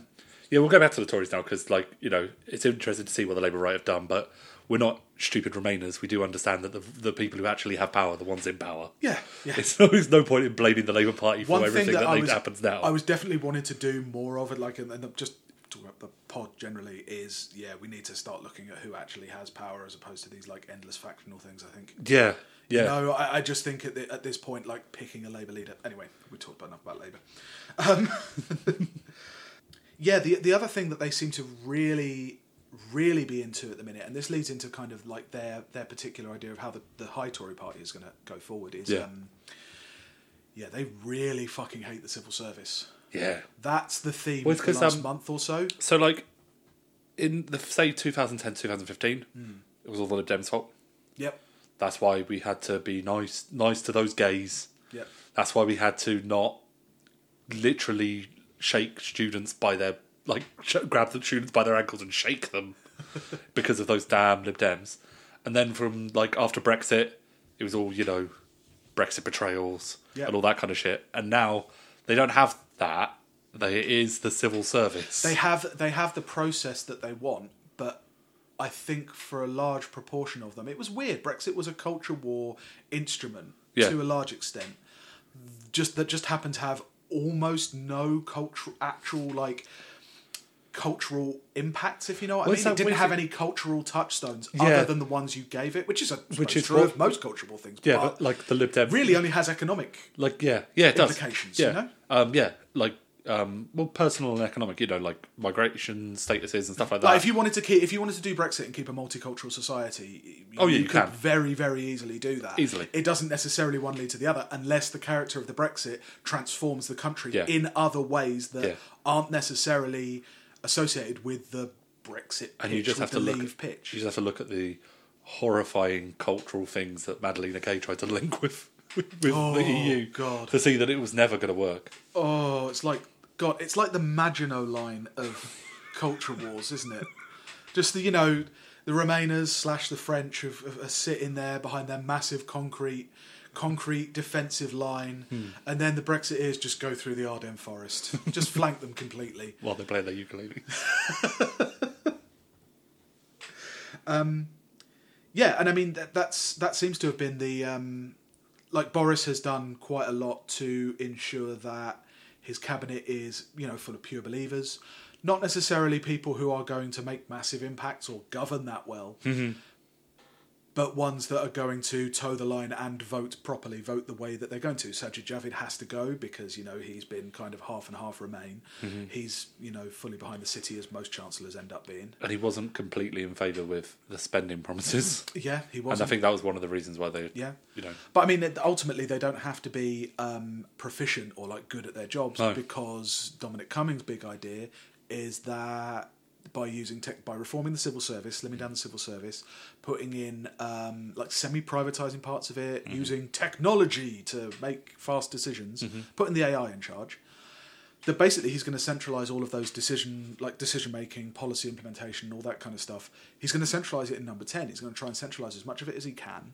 yeah, we'll go back to the Tories now because, like, you know, it's interesting to see what the Labour right have done, but we're not stupid Remainers. We do understand that the, the people who actually have power are the ones in power. Yeah, yeah. It's, there's no point in blaming the Labour Party for everything that, I they- was, happens now. I was definitely wanting to do more of it, like and, and just talking about the pod generally is yeah, we need to start looking at who actually has power as opposed to these like endless factional things. I think. yeah, yeah, No, I, I just think at, the, at this point, like picking a Labour leader. Anyway, we talked about enough about Labour. Um, yeah, the the other thing that they seem to really, really be into at the minute, and this leads into kind of like their their particular idea of how the, the high Tory party is going to go forward is, Yeah. um, yeah, they really fucking hate the civil service. yeah. That's the theme Well, it's of the 'cause, last um, month or so. So, like, in the say 2010, 2015, Hmm. it was all the Lib Dems' fault. Yep, That's why we had to be nice, nice to those gays. yep, That's why we had to not literally shake students by their like sh- grab the students by their ankles and shake them because of those damn Lib Dems. And then from like after Brexit, it was all you know Brexit betrayals Yeah. and all that kind of shit. And now they don't have that. They it is the civil service. they have they have the process that they want, but I think for a large proportion of them, it was weird. Brexit was a culture war instrument Yeah. to a large extent, just that just happened to have almost no cultural actual like cultural impacts if you know what Well, i it's mean it that didn't weird have thing- any cultural touchstones Yeah. other than the ones you gave it which is I Which which is is true what- of most cultural things yeah, but like the Lib Dems really only has economic like yeah, yeah, it does. Implications, yeah. you know? Um, yeah, like um, well, personal and economic, you know, like migration statuses and stuff like that. Like if you wanted to keep, if you wanted to do Brexit and keep a multicultural society, Oh, yeah, you could can. very, very easily do that. Easily. it doesn't necessarily one lead to the other, unless the character of the Brexit transforms the country Yeah. in other ways that Yeah. aren't necessarily associated with the Brexit. and you pitch, just with have to the look leave at, pitch. You just have to look at the horrifying cultural things that Madalena Kay tried to link with with Oh, the EU God. to see that it was never going to work. Oh, it's like God. It's like the Maginot line of culture wars, isn't it? Just the you know the Remainers slash the French have, have, are sitting there behind their massive concrete concrete defensive line, and then the Brexiteers just go through the Ardennes forest, just flank them completely. While they play their ukulele, Yeah, and I mean that, that's that seems to have been the um, like Boris has done quite a lot to ensure that his cabinet is you know full of pure believers, not necessarily people who are going to make massive impacts or govern that well, Mm-hmm. but ones that are going to toe the line and vote properly, vote the way that they're going to. Sajid Javid has to go because you know he's been kind of half and half Remain. Mm-hmm. He's you know fully behind the city as most chancellors end up being. and he wasn't completely in favour with the spending promises, Yeah, he was. and I think that was one of the reasons why they, Yeah. you know, But I mean, ultimately, they don't have to be um, proficient or like good at their jobs No. because Dominic Cummings' big idea is that by using tech, by reforming the civil service, slimming down the civil service, putting in um, like semi-privatizing parts of it, using technology to make fast decisions, putting the AI in charge. That basically he's going to centralize all of those decision, like decision making, policy implementation, all that kind of stuff. He's going to centralize it in number ten. He's going to try and centralize as much of it as he can,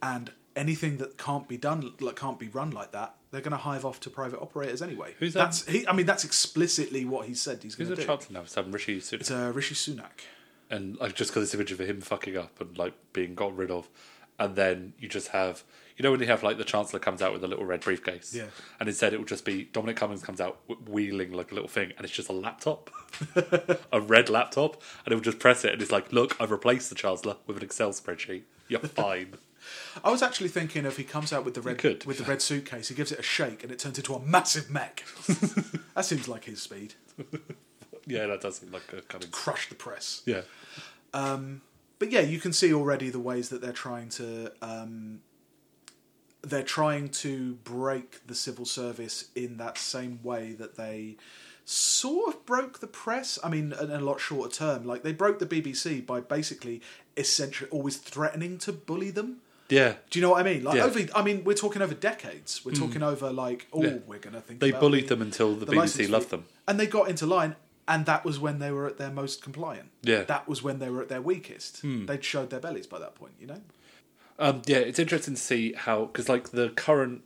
and anything that can't be done, like can't be run like that, they're going to hive off to private operators anyway. Who's that? that's? He, I mean, that's explicitly what he said he's who's going a to do. chancellor now? It's um, Rishi Sunak. It's uh, Rishi Sunak. and I've just got this image of him fucking up and like being got rid of, and then you just have you know when you have like the chancellor comes out with a little red briefcase, Yeah. and instead it will just be Dominic Cummings comes out wh- wheeling like a little thing, and it's just a laptop, a red laptop, and it will just press it, and it's like, look, I've replaced the chancellor with an Excel spreadsheet. You're fine. I was actually thinking if he comes out with the red could. with the red suitcase, he gives it a shake and it turns into a massive mech. that seems like his speed. yeah, that does seem like a Cummings. Crush the press. Yeah, but yeah, you can see already the ways that they're trying to um, they're trying to break the civil service in that same way that they sort of broke the press. I mean, in a lot shorter term, like they broke the BBC by basically essentially always threatening to bully them. yeah. Do you know what I mean? Like Yeah. Mm. over, I mean, we're talking over decades. We're talking over like, oh, Yeah. we're gonna think They about bullied the- them until the, the BBC license loved fee. them. and they got into line, and that was when they were at their most compliant. Yeah. Hmm. that was when they were at their weakest. They'd showed their bellies by that point, you know. Um, yeah, it's interesting to see how because like the current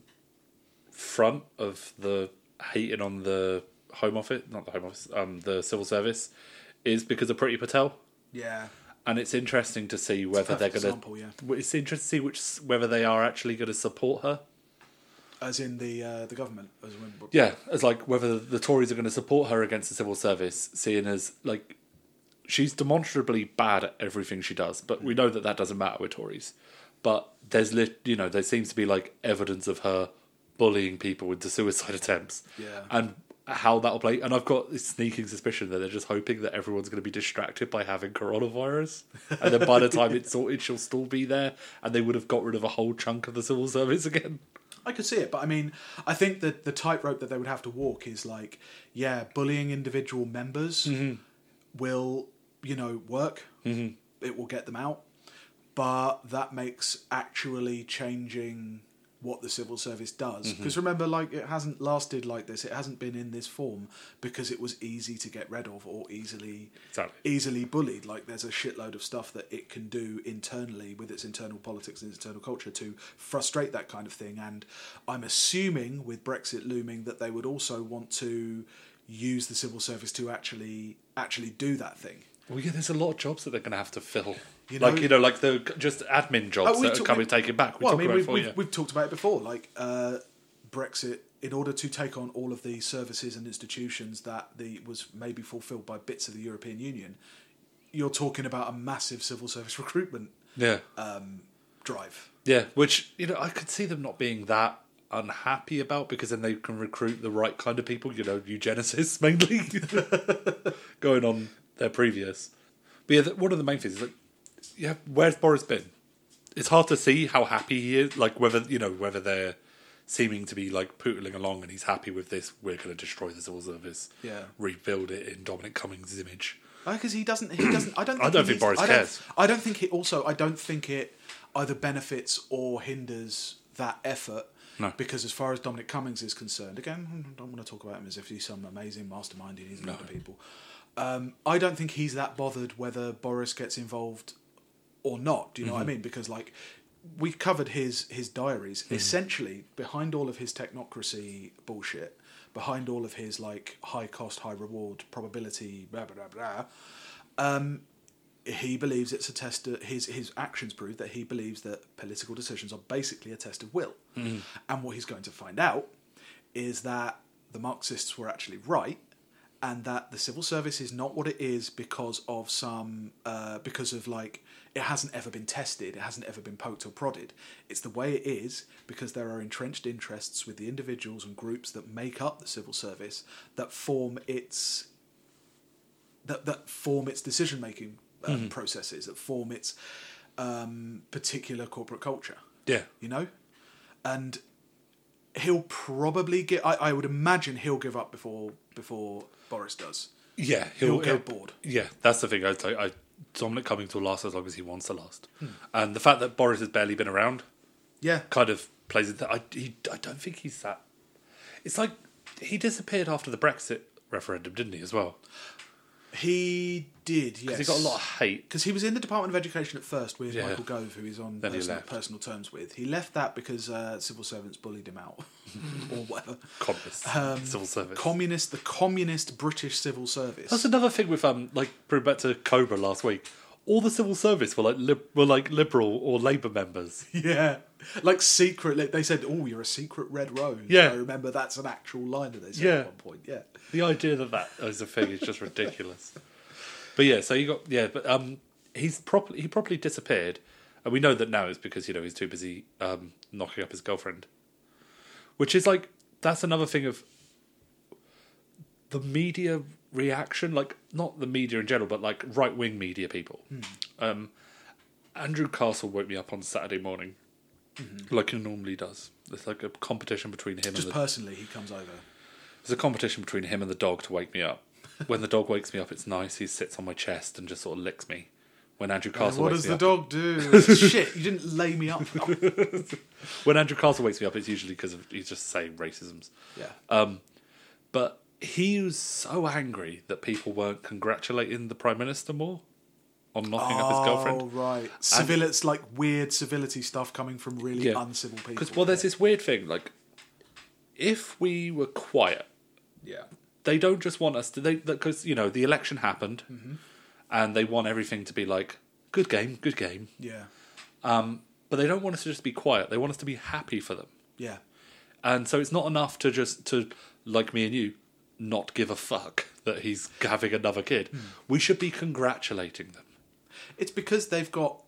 front of the hating on the Home Office, not the Home Office, um, the Civil Service, is because of Pretty Patel, Yeah, and it's interesting to see whether they're perfect example, going yeah. to. It's interesting to see which whether they are actually going to support her. as in the uh, the government as when, Yeah, as like whether the Tories are going to support her against the civil service, seeing as like she's demonstrably bad at everything she does, but we know that that doesn't matter with Tories. But there's lit, you know, there seems to be like evidence of her bullying people into suicide attempts, Yeah. and how that'll play. And I've got this sneaking suspicion that they're just hoping that everyone's going to be distracted by having coronavirus, and then by the time it's sorted, she'll still be there, and they would have got rid of a whole chunk of the civil service again. I could see it, but I mean, I think that the tightrope that they would have to walk is like, yeah, bullying individual members will, you know, work. It will get them out, but that makes actually changing what the civil service does because remember like it hasn't lasted like this it hasn't been in this form because it was easy to get rid of or easily Exactly. easily bullied. Like there's a shitload of stuff that it can do internally with its internal politics and its internal culture to frustrate that kind of thing. And I'm assuming with Brexit looming that they would also want to use the civil service to actually actually do that thing. Well, yeah, there's a lot of jobs that they're going to have to fill. You like know- you know, like the just admin jobs Oh, we that are talk- coming we- taken back. We well, I talked mean, about it we've, before, we've, yeah. we've talked about it before. Like uh, Brexit, in order to take on all of the services and institutions that the was maybe fulfilled by bits of the European Union, you're talking about a massive civil service recruitment yeah, drive. yeah. Which you know, I could see them not being that unhappy about because then they can recruit the right kind of people, you know, eugenicists mainly, going on their previous. But yeah, th- one of the main things is like, yeah, where's Boris been? It's hard to see how happy he is, like whether, you know, whether they're seeming to be like pootling along and he's happy with this, we're going to destroy this all service, Yeah. rebuild it in Dominic Cummings' image. because he doesn't. He doesn't. I don't. Think I don't he think needs- Boris I don't, cares. I don't think it. Also, I don't think it either benefits or hinders that effort. No. Because as far as Dominic Cummings is concerned, again, I don't want to talk about him as if he's some amazing mastermind and he's no. people. Um, I don't think he's that bothered whether Boris gets involved or not. Do you know Mm-hmm. what I mean? Because like we covered his his diaries. Mm-hmm. Essentially, behind all of his technocracy bullshit, behind all of his like high cost, high reward probability, blah blah blah. blah he believes it's a test of his his actions prove that he believes that political decisions are basically a test of will and what he's going to find out is that the marxists were actually right and that the civil service is not what it is because of some uh, because of like it hasn't ever been tested it hasn't ever been poked or prodded it's the way it is because there are entrenched interests with the individuals and groups that make up the civil service that form its that that form its decision making uh, Mm-hmm. processes, that form its um, particular corporate culture. Yeah. You know, and he'll probably get. I, I would imagine he'll give up before before Boris does. Yeah, He'll get bored. Yeah, that's the thing. I, I, I Dominic Cummings will last as long as he wants to last, Hmm. and the fact that Boris has barely been around Yeah, kind of plays into. I he, I don't think he's that. It's like he disappeared after the Brexit referendum, didn't he? As well, he did. Yes, because he got a lot of hate. because he was in the Department of Education at first with Yeah. Michael Gove, who he's on Then he personal, left. personal terms with. He left that because uh, civil servants bullied him out, or whatever. Communist Um, civil service. Communist, the communist British civil service. That's another thing with um, like bring back to Cobra last week. All the civil service were like lib- were like liberal or Labour members. Yeah, like secret. Like they said, "Oh, you're a secret red rose." Yeah. I remember that's an actual line that they said Yeah. at one point. Yeah, The idea that that is a thing is just ridiculous. But yeah, so you got yeah, but um, he's properly he properly disappeared, and we know that now it's because you know he's too busy um knocking up his girlfriend, which is like that's another thing of the media reaction, like not the media in general, but like right wing media people. Um, Andrew Castle woke me up on Saturday morning, like he normally does. It's like a competition between him just and the personally, he comes over. there's a competition between him and the dog to wake me up. When the dog wakes me up, it's nice. He sits on my chest and just sort of licks me. When Andrew Castle what wakes does me the dog up, do? Shit, you didn't lay me up. Oh, when Andrew Castle wakes me up, it's usually because he's just saying racisms. yeah, Uh, But he was so angry that people weren't congratulating the prime minister more on knocking up his girlfriend. Oh, right. Civil, it's like weird civility stuff coming from really uncivil people. Because well, there's this weird thing like, if we were quiet, yeah, they don't just want us to they because you know the election happened, Mm-hmm. and they want everything to be like good game, good game. yeah, but they don't want us to just be quiet. They want us to be happy for them. yeah, And so it's not enough to just to like me and you not give a fuck that he's having another kid. Hmm. We should be congratulating them. It's because they've got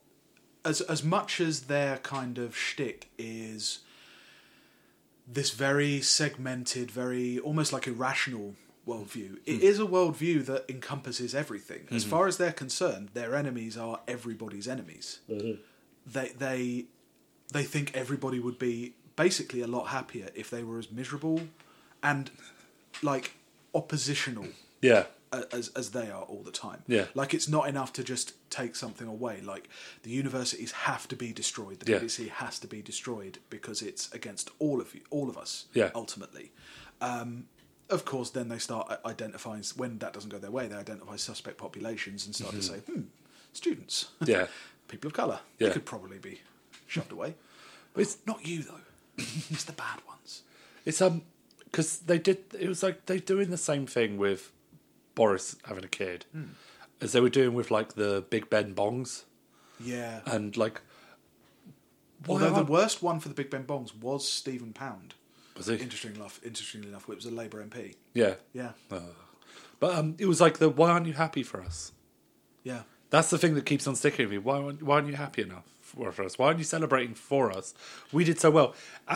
as as much as their kind of shtick is this very segmented, very almost like irrational worldview. It is a worldview that encompasses everything. As far as they're concerned, their enemies are everybody's enemies. They they they think everybody would be basically a lot happier if they were as miserable and like oppositional Yeah. a- as as they are all the time. Yeah. Like it's not enough to just take something away. Like the universities have to be destroyed. The Yeah. BBC has to be destroyed because it's against all of you, all of us. Yeah. Ultimately, um, of course, then they start i- identifying when that doesn't go their way. They identify suspect populations and start to say, hmm, students, Mm-hmm. Yeah. people of colour, Yeah. they could probably be shoved away. But it's Not you though. it's the bad ones. it's um because they did it was like they're doing the same thing with Boris having a kid Hmm. as they were doing with like the Big Ben bongs Yeah. and like why Although the aren't- worst one for the Big Ben bongs was Stephen Pound. Was he? Interestingly enough, interestingly enough, it was a Labour MP. yeah Uh, Yeah, but um it was like the why aren't you happy for us yeah, That's the thing that keeps on sticking with me. Why, aren't- why aren't you happy enough for us? Why aren't you celebrating for us? We did so well,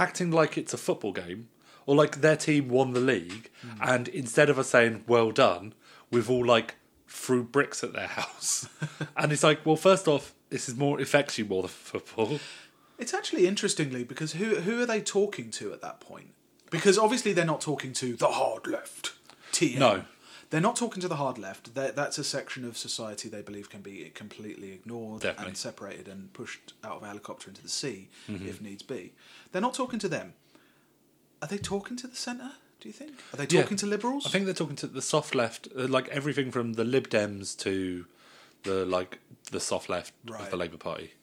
acting like it's a football game or like their team won the league, and instead of us saying well done, we've all like threw bricks at their house, and it's like, well, first off, this is more it affects you more than football. It's actually interestingly because who who are they talking to at that point? Because obviously they're not talking to the hard left. TM. No. They're not talking to the hard left. They're, that's a section of society they believe can be completely ignored Definitely. Mm-hmm. and separated and pushed out of a helicopter into the sea if needs be. They're not talking to them. Are they talking to the centre? Do you think? Are they Yeah. talking to liberals? I think they're talking to the soft left, uh, like everything from the Lib Dems to the like the soft left of Right. the Labour Party.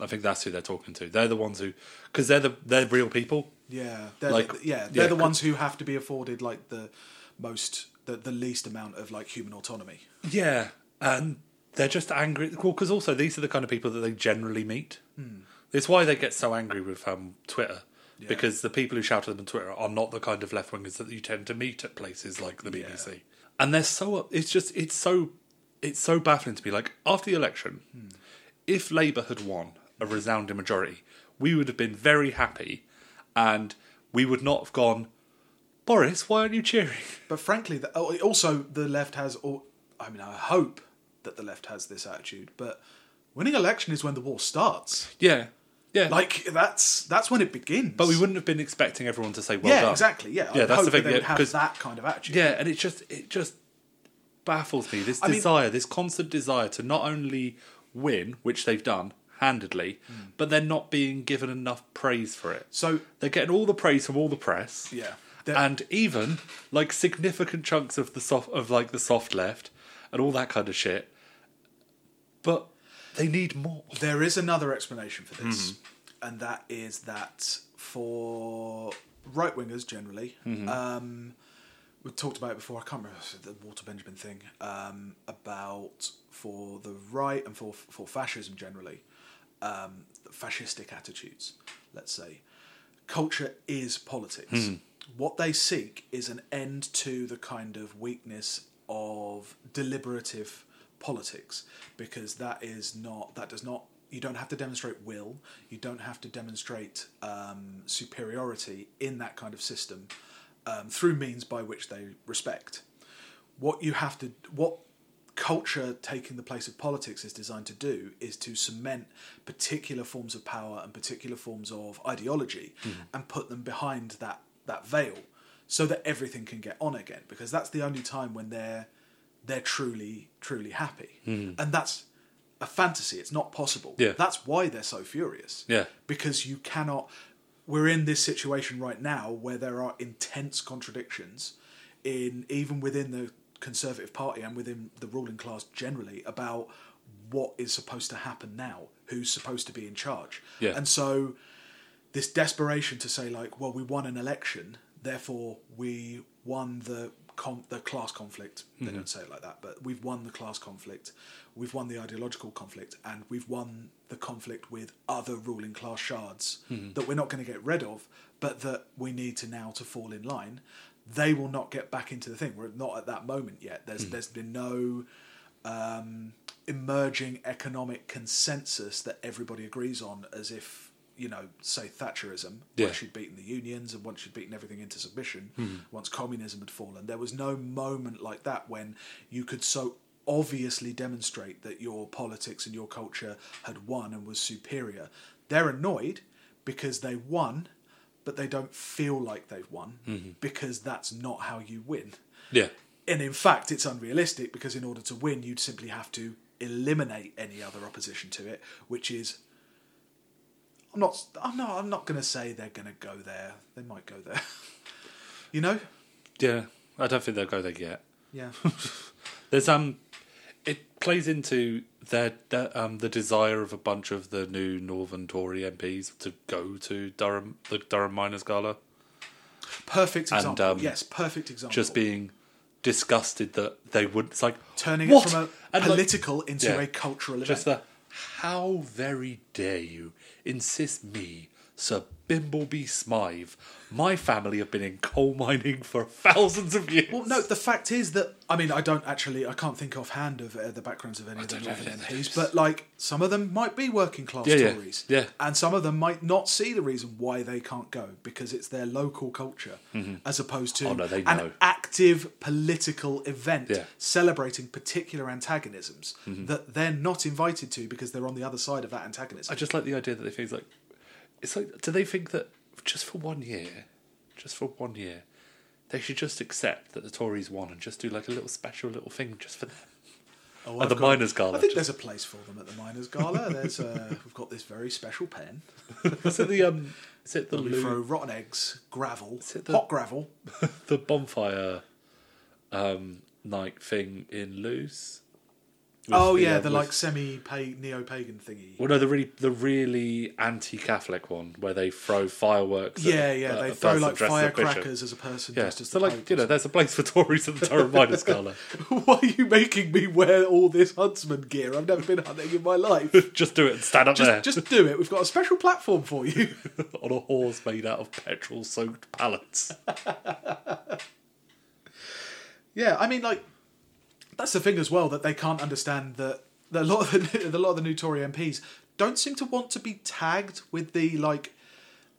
I think that's who they're talking to. They're the ones who, because they're the they're real people. Yeah, they're Like- the, yeah, they're yeah, the cr- ones who have to be afforded like the most, the, the least amount of like human autonomy. Yeah, and they're just angry. Well, because also these are the kind of people that they generally meet. It's why they get so angry with um, Twitter. Yeah. Because the people who shout at them on Twitter are not the kind of left wingers that you tend to meet at places like the BBC, and they're so. It's just it's so it's so baffling to me. Like after the election, if Labour had won a resounding majority, we would have been very happy, and we would not have gone, Boris, why aren't you cheering? But frankly, the, oh, also the left has all. I mean, I hope that the left has this attitude, but winning election is when the war starts. Yeah, yeah. Like that's that's when it begins. But we wouldn't have been expecting everyone to say well yeah, done. exactly. Yeah, yeah. I That's hope the thing. That they would Yeah, have 'cause- that kind of attitude. yeah, and it just it just baffles me. This I mean- desire, this constant desire to not only win, which they've done handedly, but they're not being given enough praise for it. Hmm. So They're getting all the praise from all the press. Yeah. They're- and even like significant chunks of the soft of like the soft left and all that kind of shit. But they need more. There is another explanation for this, Mm-hmm. and that is that for right wingers generally, Mm-hmm. um, we talked about it before. I can't remember the Walter Benjamin thing um, about for the right and for for fascism generally, um, fascistic attitudes. Let's say culture is politics. What they seek is an end to the kind of weakness of deliberative politics because that is not that does not you don't have to demonstrate will you don't have to demonstrate um, superiority in that kind of system um, through means by which they respect what you have to what culture taking the place of politics is designed to do is to cement particular forms of power and particular forms of ideology Hmm. and put them behind that that veil so that everything can get on again because that's the only time when they're they're truly truly happy and that's a fantasy it's not possible Hmm. Yeah. that's why they're so furious Yeah. because you cannot we're in this situation right now where there are intense contradictions in even within the conservative party and within the ruling class generally about what is supposed to happen now who's supposed to be in charge Yeah. and so this desperation to say like well we won an election therefore we won the com- the class conflict they don't say it like that but we've won the class conflict we've won the ideological conflict and we've won the conflict with other ruling class shards that we're not going to get rid of but that we need to now to fall in line they will not get back into the thing we're not at that moment yet there's there's been no emerging economic consensus that everybody agrees on as if you know say thatcherism Yeah. once you'd beaten the unions and once you'd beaten everything into submission once communism had fallen there was no moment like that when you could so obviously demonstrate that your politics and your culture had won and was superior they're annoyed because they won but they don't feel like they've won because that's not how you win Yeah, and in fact, it's unrealistic because in order to win, you'd simply have to eliminate any other opposition to it, which is. I'm not. I'm not. I'm not going to say they're going to go there. They might go there. you know. yeah. I don't think they'll go there yet. Yeah. There's um, it plays into their, their um the desire of a bunch of the new Northern Tory MPs to go to Durham the Durham Miners Gala, Perfect And, example. um, yes. Perfect example. just being disgusted that they wouldn't. It's like turning what? it from a And, like, political into yeah. a cultural event. just the how very dare you insist me Sir Bimbleby Smythe. My family have been in coal mining for thousands of years. Well, no, the fact is that I mean I don't actually I can't think offhand of uh, the backgrounds of any of the don't know Northern any of MPs, those. but like some of them might be working class Yeah, yeah, Tories, yeah. and some of them might not see the reason why they can't go because it's their local culture as opposed to Oh, no, they an know. active political event Yeah. Mm-hmm. celebrating particular antagonisms that they're not invited to because they're on the other side of that antagonism. I just like the idea that they think it's like it's like do they think that just for one year, just for one year, they should just accept that the Tories won and just do like a little special little thing just for them. Oh, at I've the Miners' Gala, I think just- there's a place for them at the Miners' Gala. There's uh, we've got this very special pen. Is it the um? Is it the We loo- throw rotten eggs, gravel, it the- hot gravel. the bonfire um night thing in Loos? With Oh yeah, uh, the with- like semi neo pagan thingy. Well, no, the really the really anti-Catholic one where they throw fireworks. at yeah, a- yeah, a they person throw like dressed as a bishop. firecrackers as a person Yeah, dressed as so the like Pope you know, there's a place for Tories at the Durham Miners' Gala. Why are you making me wear all this huntsman gear? I've never been hunting in my life. Just do it and stand up there. Just, just do it. We've got a special platform for you. on a horse made out of petrol soaked pallets. Yeah, I mean, like that's the thing as well that they can't understand that that a lot of the, a lot of the new Tory MPs don't seem to want to be tagged with the like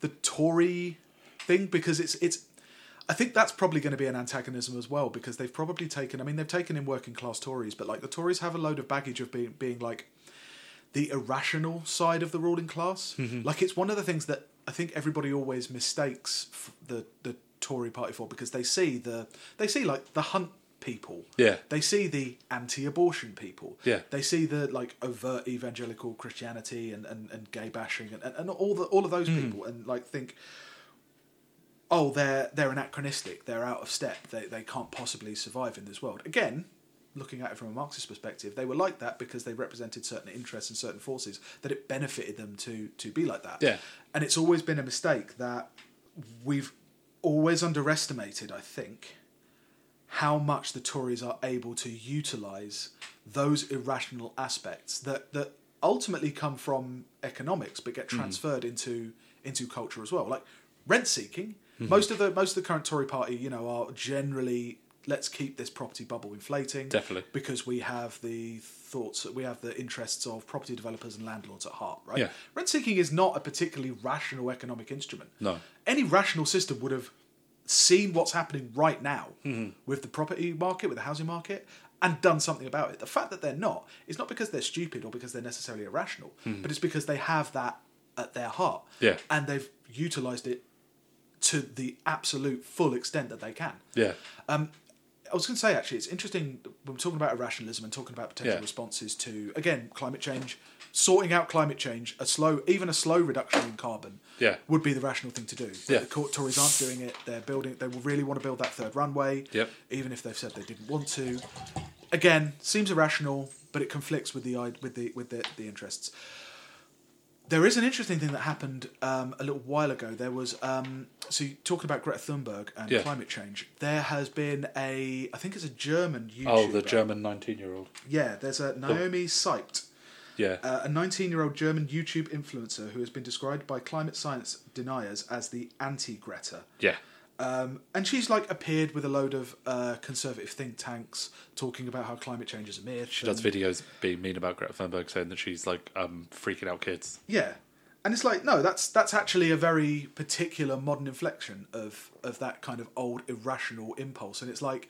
the Tory thing because it's it's. I think that's probably going to be an antagonism as well because they've probably taken. I mean, they've taken in working class Tories, but like the Tories have a load of baggage of being being like the irrational side of the ruling class. Like it's one of the things that I think everybody always mistakes f- the the Tory party for because they see the they see like the hunt people. Yeah. They see the anti-abortion people. Yeah. They see the like overt evangelical Christianity and, and, and gay bashing and, and, and all the all of those Hmm. people and like think oh they're they're anachronistic, they're out of step, they they can't possibly survive in this world. Again, looking at it from a Marxist perspective, they were like that because they represented certain interests and certain forces that it benefited them to to be like that. Yeah. And it's always been a mistake that we've always underestimated, I think, how much the Tories are able to utilise those irrational aspects that that ultimately come from economics but Hmm. get transferred into into culture as well. Like rent seeking. Hmm. Most of the most of the current Tory party, you know, are generally let's keep this property bubble inflating. Definitely. Because we have the thoughts we have the interests of property developers and landlords at heart, right? Yeah. Rent seeking is not a particularly rational economic instrument. No. Any rational system would have seen what's happening right now Mm-hmm. with the property market, with the housing market, and done something about it. The fact that they're not is not because they're stupid or because they're necessarily irrational, but it's because they have that at their heart. Mm-hmm. Yeah. And they've utilised it to the absolute full extent that they can. Yeah. I was going to say actually, it's interesting when we're talking about irrationalism and talking about potential Yeah. responses to again climate change, sorting out climate change, a slow even a slow reduction in carbon, Yeah. would be the rational thing to do. But Yeah. the court Tories aren't doing it. They're building. They really want to build that third runway. Yep. Even if they've said they didn't want to, again seems irrational, but it conflicts with the id- with the with the, the interests. There is an interesting thing that happened um, a little while ago. There was um, so you talking about Greta Thunberg and Yeah. climate change. There has been a I think it's a German YouTuber. Oh, the German 19 year old. Yeah, there's a Naomi Seipt, Yeah. uh, a 19-year-old German YouTube influencer who has been described by climate science deniers as the anti-Greta. yeah. Um, and she's like appeared with a load of uh, conservative think tanks talking about how climate change is a myth. She does videos being mean about Greta Thunberg, saying that she's like um, freaking out kids. Yeah, and it's like no, that's that's actually a very particular modern inflection of of that kind of old irrational impulse, and it's like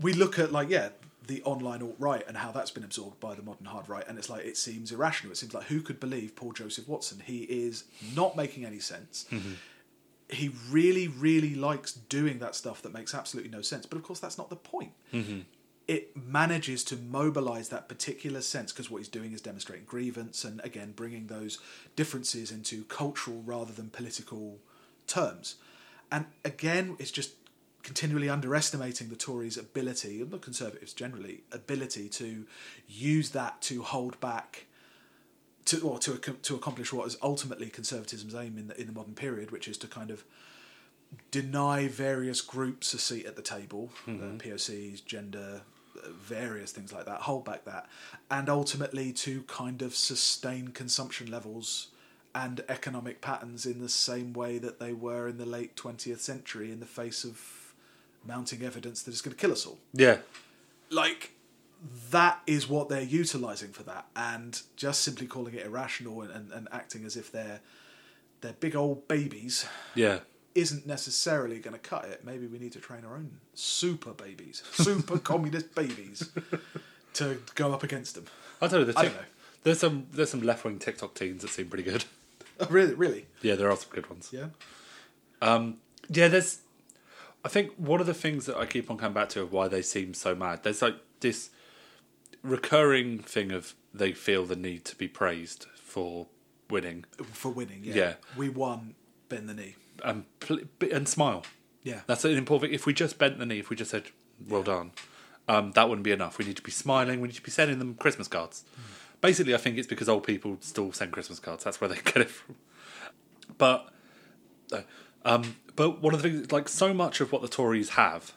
we look at like yeah the online alt right and how that's been absorbed by the modern hard right, and it's like it seems irrational. It seems like who could believe Paul Joseph Watson? He is not making any sense. He really, really likes doing that stuff that makes absolutely no sense. But of course, that's not the point it manages to mobilize that particular sense because what he's doing is demonstrating grievance and again bringing those differences into cultural rather than political terms and again it's just continually underestimating the tories ability and the conservatives generally ability to use that to hold back to or to ac- to accomplish what is ultimately conservatism's aim in the in the modern period which is to kind of deny various groups a seat at the table, uh, POCs, gender, uh, various things like that, hold back that, and ultimately to kind of sustain consumption levels and economic patterns in the same way that they were in the late 20th century in the face of mounting evidence that is going to kill us all. Yeah. Like, that is what they're utilizing for that, and just simply calling it irrational and, and, and acting as if they're they're big old babies Yeah. isn't necessarily going to cut it. Maybe we need to train our own super babies, super communist babies, to go up against them. I don't know. The I don't tic- know. There's some there's some left wing TikTok teens that seem pretty good. really, really, Yeah, there are some good ones. yeah. Yeah, there's. I think one of the things that I keep on coming back to of why they seem so mad. There's like this recurring thing of they feel the need to be praised for winning For winning, yeah. Yeah. We won. Bend the knee. and pl- and smile. Yeah. That's an important thing. If we just bent the knee, if we just said "well done," um, that wouldn't be enough. We need to be smiling. We need to be sending them Christmas cards. Hmm. Basically, I think it's because old people still send Christmas cards. That's where they get it from. But, uh, um, but one of the things, like so much of what the Tories have,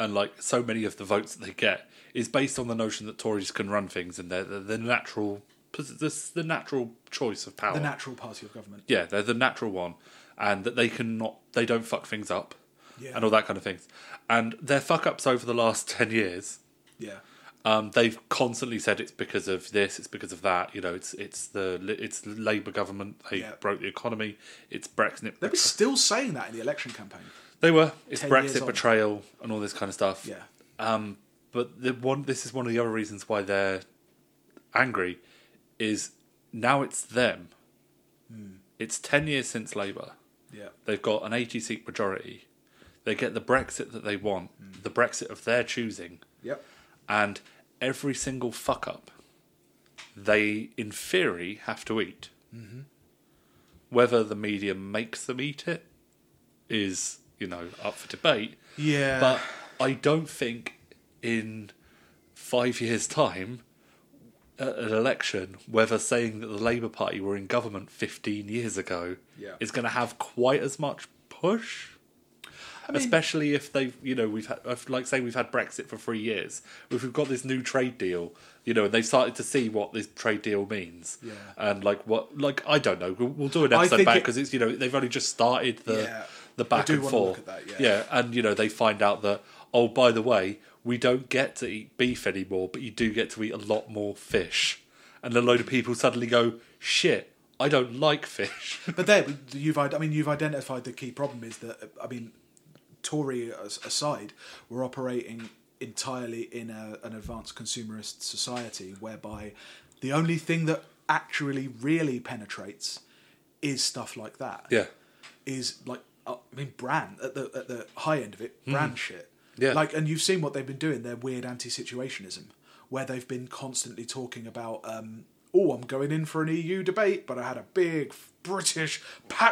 and like so many of the votes that they get, is based on the notion that Tories can run things and they're, they're the natural, this the natural choice of power the natural party of government. yeah, they're the natural one, and that they can not, they don't fuck things up, Yeah. and all that kind of things. And their fuck ups over the last ten years, Yeah. um, they've constantly said it's because of this, it's because of that. You know, it's it's the it's the Labour government. They Yeah. broke the economy. It's Brexit. They were still saying that in the election campaign. They were. It's 10 years Brexit on. betrayal and all this kind of stuff. Yeah. Um, but the one this is one of the other reasons why they're angry is now it's them. Hmm. It's ten years since Labour. Yeah. They've got an 80 seat majority. They get the Brexit that they want, the Brexit of their choosing, Yep. and every single fuck up they, in theory, have to eat. Mm-hmm. Whether the media makes them eat it is, you know, up for debate. Yeah. But I don't think in five years' time, at an election, whether saying that the Labour Party were in government 15 years ago Yeah. is going to have quite as much push. Especially if they've, you know, we've had, if, like, say, we've had Brexit for three years. If we've got this new trade deal, you know, and they've started to see what this trade deal means, Yeah. and like what, like, I don't know. We'll, we'll do an I episode think back it- because it's, you know, they've only just started the Yeah. the I back do and wanna look forth. at that, yeah. yeah, and you know they find out that oh by the way we don't get to eat beef anymore but you do get to eat a lot more fish and a load of people suddenly go shit i don't like fish But there, you've id- I mean, you've identified the key problem is that I mean, Tory as- aside, we're operating entirely in a, an advanced consumerist society whereby the only thing that actually really penetrates is stuff like that. yeah is like uh, I mean brand at the at the high end of it brand shit. Hmm. Yeah. Like and you've seen what they've been doing their weird anti-situationism where they've been constantly talking about um oh I'm going in for an EU debate but I had a big British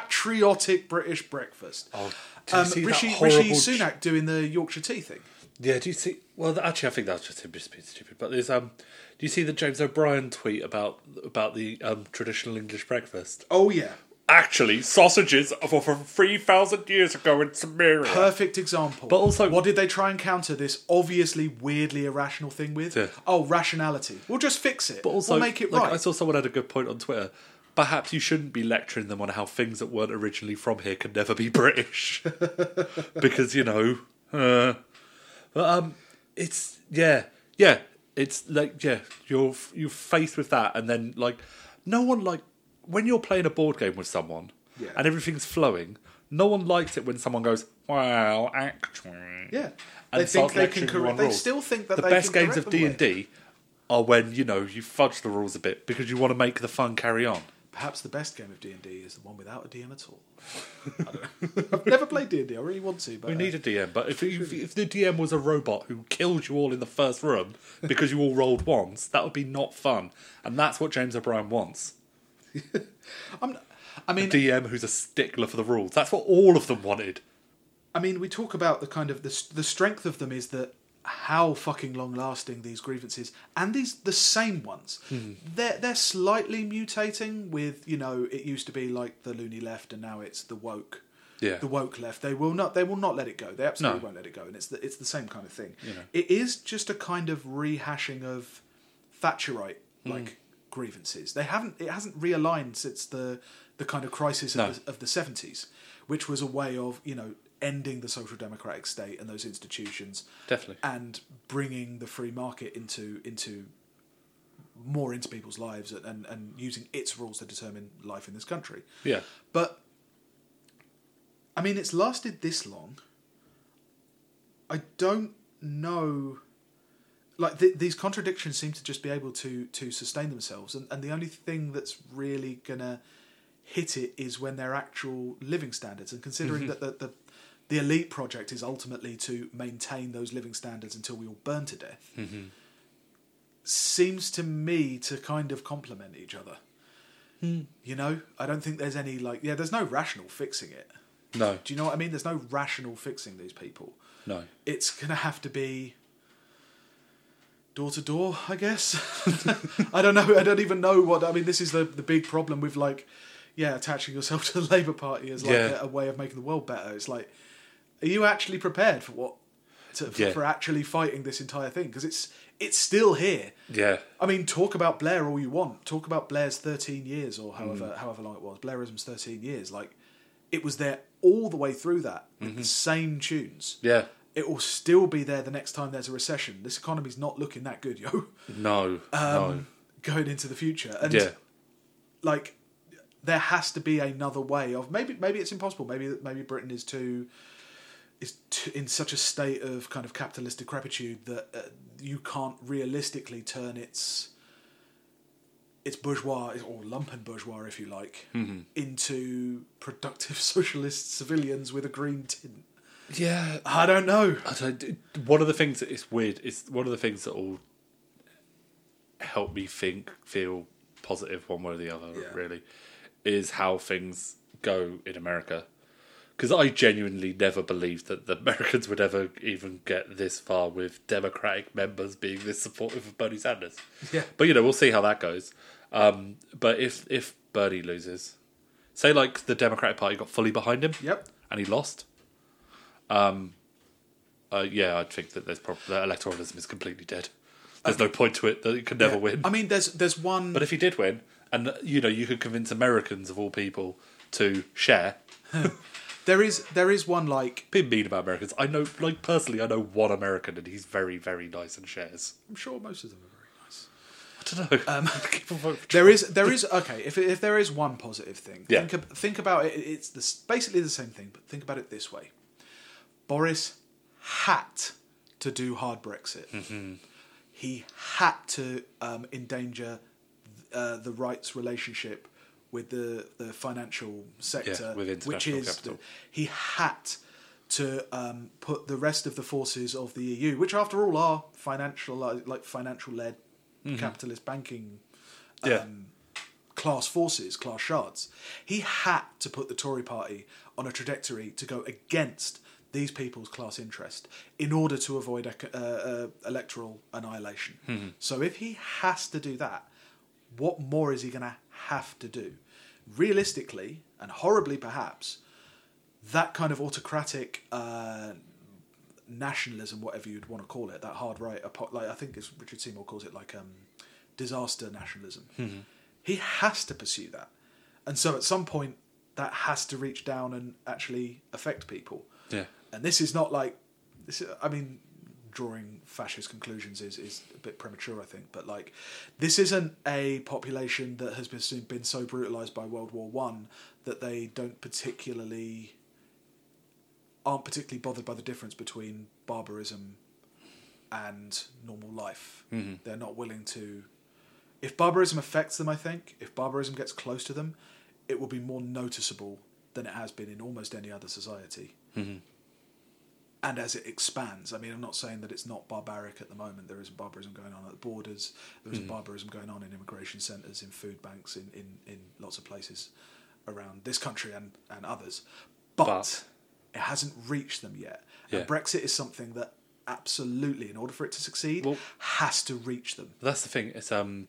patriotic British breakfast. Oh, did you um, see that Rishi, horrible Rishi ch- Sunak doing the Yorkshire tea thing. yeah do you see well th- actually i think that's just him just being stupid but there's um do you see the james o'brien tweet about about the um traditional english breakfast Oh yeah. actually sausages are from 3000 years ago in samaria Perfect example. But also- what did they try and counter this obviously weirdly irrational thing with? Yeah. Oh, rationality. We'll just fix it. But also, we'll make it like, right. I saw someone had a good point on Twitter. Perhaps you shouldn't be lecturing them on how things that weren't originally from here can never be British, because you know. Uh, but um, it's yeah, yeah. It's like yeah, you're you're faced with that, and then like no one like when you're playing a board game with someone, Yeah. and everything's flowing. No one likes it when someone goes, "Well, actually, Yeah. and They think starts they can lecturing you correct- on they rules. still think that the they best can games of D and correct them D are when you know you fudge the rules a bit because you want to make the fun carry on. Perhaps the best game of D and D is the one without a DM at all. I don't know. I've never played D and I really want to, but We uh, need a DM, but if if, if the DM was a robot who killed you all in the first room because you all rolled ones, that would be not fun, and that's what James O'Brien wants. uh, I'm, I mean, DM who's a stickler for the rules. That's what all of them wanted. I mean, we talk about the kind of the, s- the strength of them is that how fucking long lasting these grievances and these the same ones. Hmm. They're they're slightly mutating with you know it used to be like the loony left and now it's the woke. Yeah. The woke left. They will not. They will not let it go. They absolutely No. won't let it go. And it's the it's the same kind of thing. know. It is just a kind of rehashing of Hmm. Thatcherite like grievances. They haven't. It hasn't realigned since the the kind of crisis No. of, the, of the 70s, which was a way of, you know, ending the social democratic state and those institutions Definitely. and bringing the free market into into more into people's lives and, and, and using its rules to determine life in this country. Yeah. But I mean, it's lasted this long. I don't know. Like th- these contradictions seem to just be able to to sustain themselves, and, and the only thing that's really gonna hit it is when their actual living standards. And considering that the, the the elite project is ultimately to maintain those living standards until we all burn to death, seems to me to kind of complement each other. You know, I don't think there's any like yeah, there's no rational fixing it. No. Do you know what I mean? There's no rational fixing these people. No. It's gonna have to be door to door, I guess. I don't know. I don't even know what. I mean, this is the the big problem with like, yeah, attaching yourself to the Labour Party as like Yeah. a, a way of making the world better. It's like, are you actually prepared for what? To, for, Yeah. for actually fighting this entire thing because it's it's still here. Yeah. I mean, talk about Blair all you want. Talk about Blair's thirteen years or however Mm. however long it was. Blairism's thirteen years. Like it was there all the way through that with the same tunes. Mm-hmm. Yeah. It will still be there the next time there's a recession. This economy's not looking that good, yo. No. no. Um, Going into the future, and Mm. Yeah. like there has to be another way of maybe maybe it's impossible. Maybe maybe Britain is too is too, in such a state of kind of capitalist decrepitude that uh, you can't realistically turn its its bourgeois or lumpen bourgeois, if you like, Mm-hmm. into productive socialist civilians with a green tint. Yeah. I don't know. I don't- one of the things that is weird is one of the things that will help me think, feel positive one way or the other, Yeah. really, is how things go in America. Because I genuinely never believed that the Americans would ever even get this far with Democratic members being this supportive of Bernie Sanders. Yeah. But you know, we'll see how that goes. Um, but if if Bernie loses, say like the Democratic Party got fully behind him, Yep. and he lost. Um, uh, yeah, I think that there's probably that electoralism is completely dead. There's no point to it that it could never Yeah. win. I mean, there's there's one. but if he did win, and you know, you could convince Americans of all people to share. there is there is one like Being mean about Americans, I know, like personally, I know one American, and he's very, very nice and shares. I'm sure most of them are very nice. I don't know. People vote for Um, There is, there is. Okay, if if there is one positive thing, Yeah. think ab- think about it. It's the, s- basically the same thing, but think about it this way: Boris had to do hard Brexit. Mm-hmm. He had to um, endanger uh, the rights relationship with the the financial sector, Yeah, with which international is capital. he had to um, put the rest of the forces of the EU, which after all are financial like financial led Mm-hmm. capitalist banking Yeah. class forces, class shards. He had to put the Tory party on a trajectory to go against these people's class interest in order to avoid ec- uh, uh, electoral annihilation. So if he has to do that, what more is he going to have to do? Realistically, and horribly perhaps, that kind of autocratic uh, nationalism, whatever you'd want to call it, that hard right, apo- like I think as Richard Seymour calls it, like um, disaster nationalism. He has to pursue that, and so at some point that has to reach down and actually affect people. Yeah. And this is not like this. Is, I mean, drawing fascist conclusions is is a bit premature, I think. But like, this isn't a population that has been been so brutalized by World War One that they don't particularly aren't particularly bothered by the difference between barbarism and normal life. They're not willing to. If barbarism affects them, I think, if barbarism gets close to them, it will be more noticeable than it has been in almost any other society. And as it expands, I mean, I'm not saying that it's not barbaric at the moment. There is barbarism going on at the borders, there is barbarism going on in immigration centres, in food banks, in, in, in lots of places around this country and, and others. But- but it hasn't reached them yet. Yeah. And Brexit is something that absolutely, in order for it to succeed, Well- has to reach them. But That's the thing. It's um,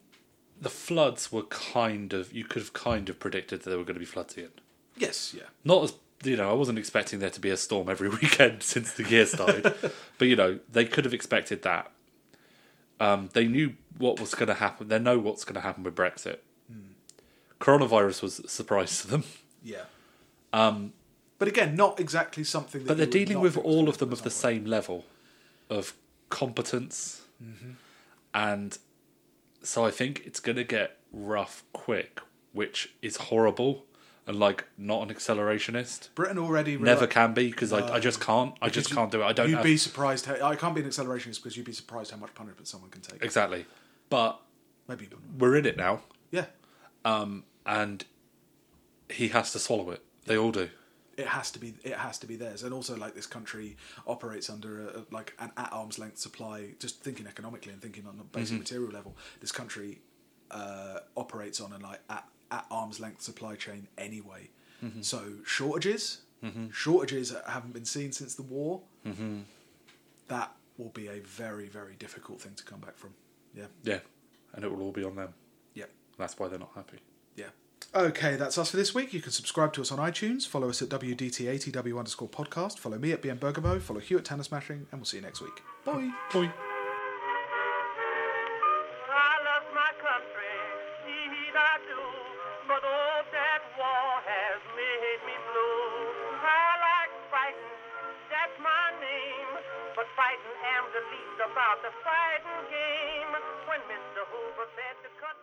the floods were kind of you could have kind of predicted that there were going to be floods again. Yes, yeah. Not as you know, I wasn't expecting there to be a storm every weekend since the year started, but you know they could have expected that. Um, they knew what was going to happen. They know what's going to happen with Brexit Coronavirus was a surprise to them. Yeah. Um, but again, not exactly something. That But you they're would dealing not with think all to of them happen of the somewhere. same level of competence. Mm-hmm. And so I think it's going to get rough quick, which is horrible and like not an accelerationist. Britain already reali- Never can be because I, I just can't. I just can't do it. I don't Oh. You'd have- be surprised. How, I can't be an accelerationist because you'd be surprised how much punishment someone can take. Exactly. But Maybe you wouldn't. we're in it now. Yeah, and he has to swallow it. They all do. it has to be. It has to be theirs. And also, like this country operates under a, a- like an at arm's length supply. Just thinking economically and thinking on a basic material level, this country uh, operates on a like at, at arm's length supply chain anyway. So shortages, shortages that haven't been seen since the war. That will be a very very difficult thing to come back from. Yeah. Yeah, and it will all be on them. Yeah. That's why they're not happy. Yeah. Okay, that's us for this week. You can subscribe to us on iTunes, follow us at WDT80W underscore podcast, follow me at BM Bergamo, follow Hugh at Tanner Smashing, and we'll see you next week. Bye. Boy. I love my country, indeed I do. But oh, that war has made me blue. I like fighting, that's my name. But fighting am the least about the fighting game. When Mr. Hoover said to cut.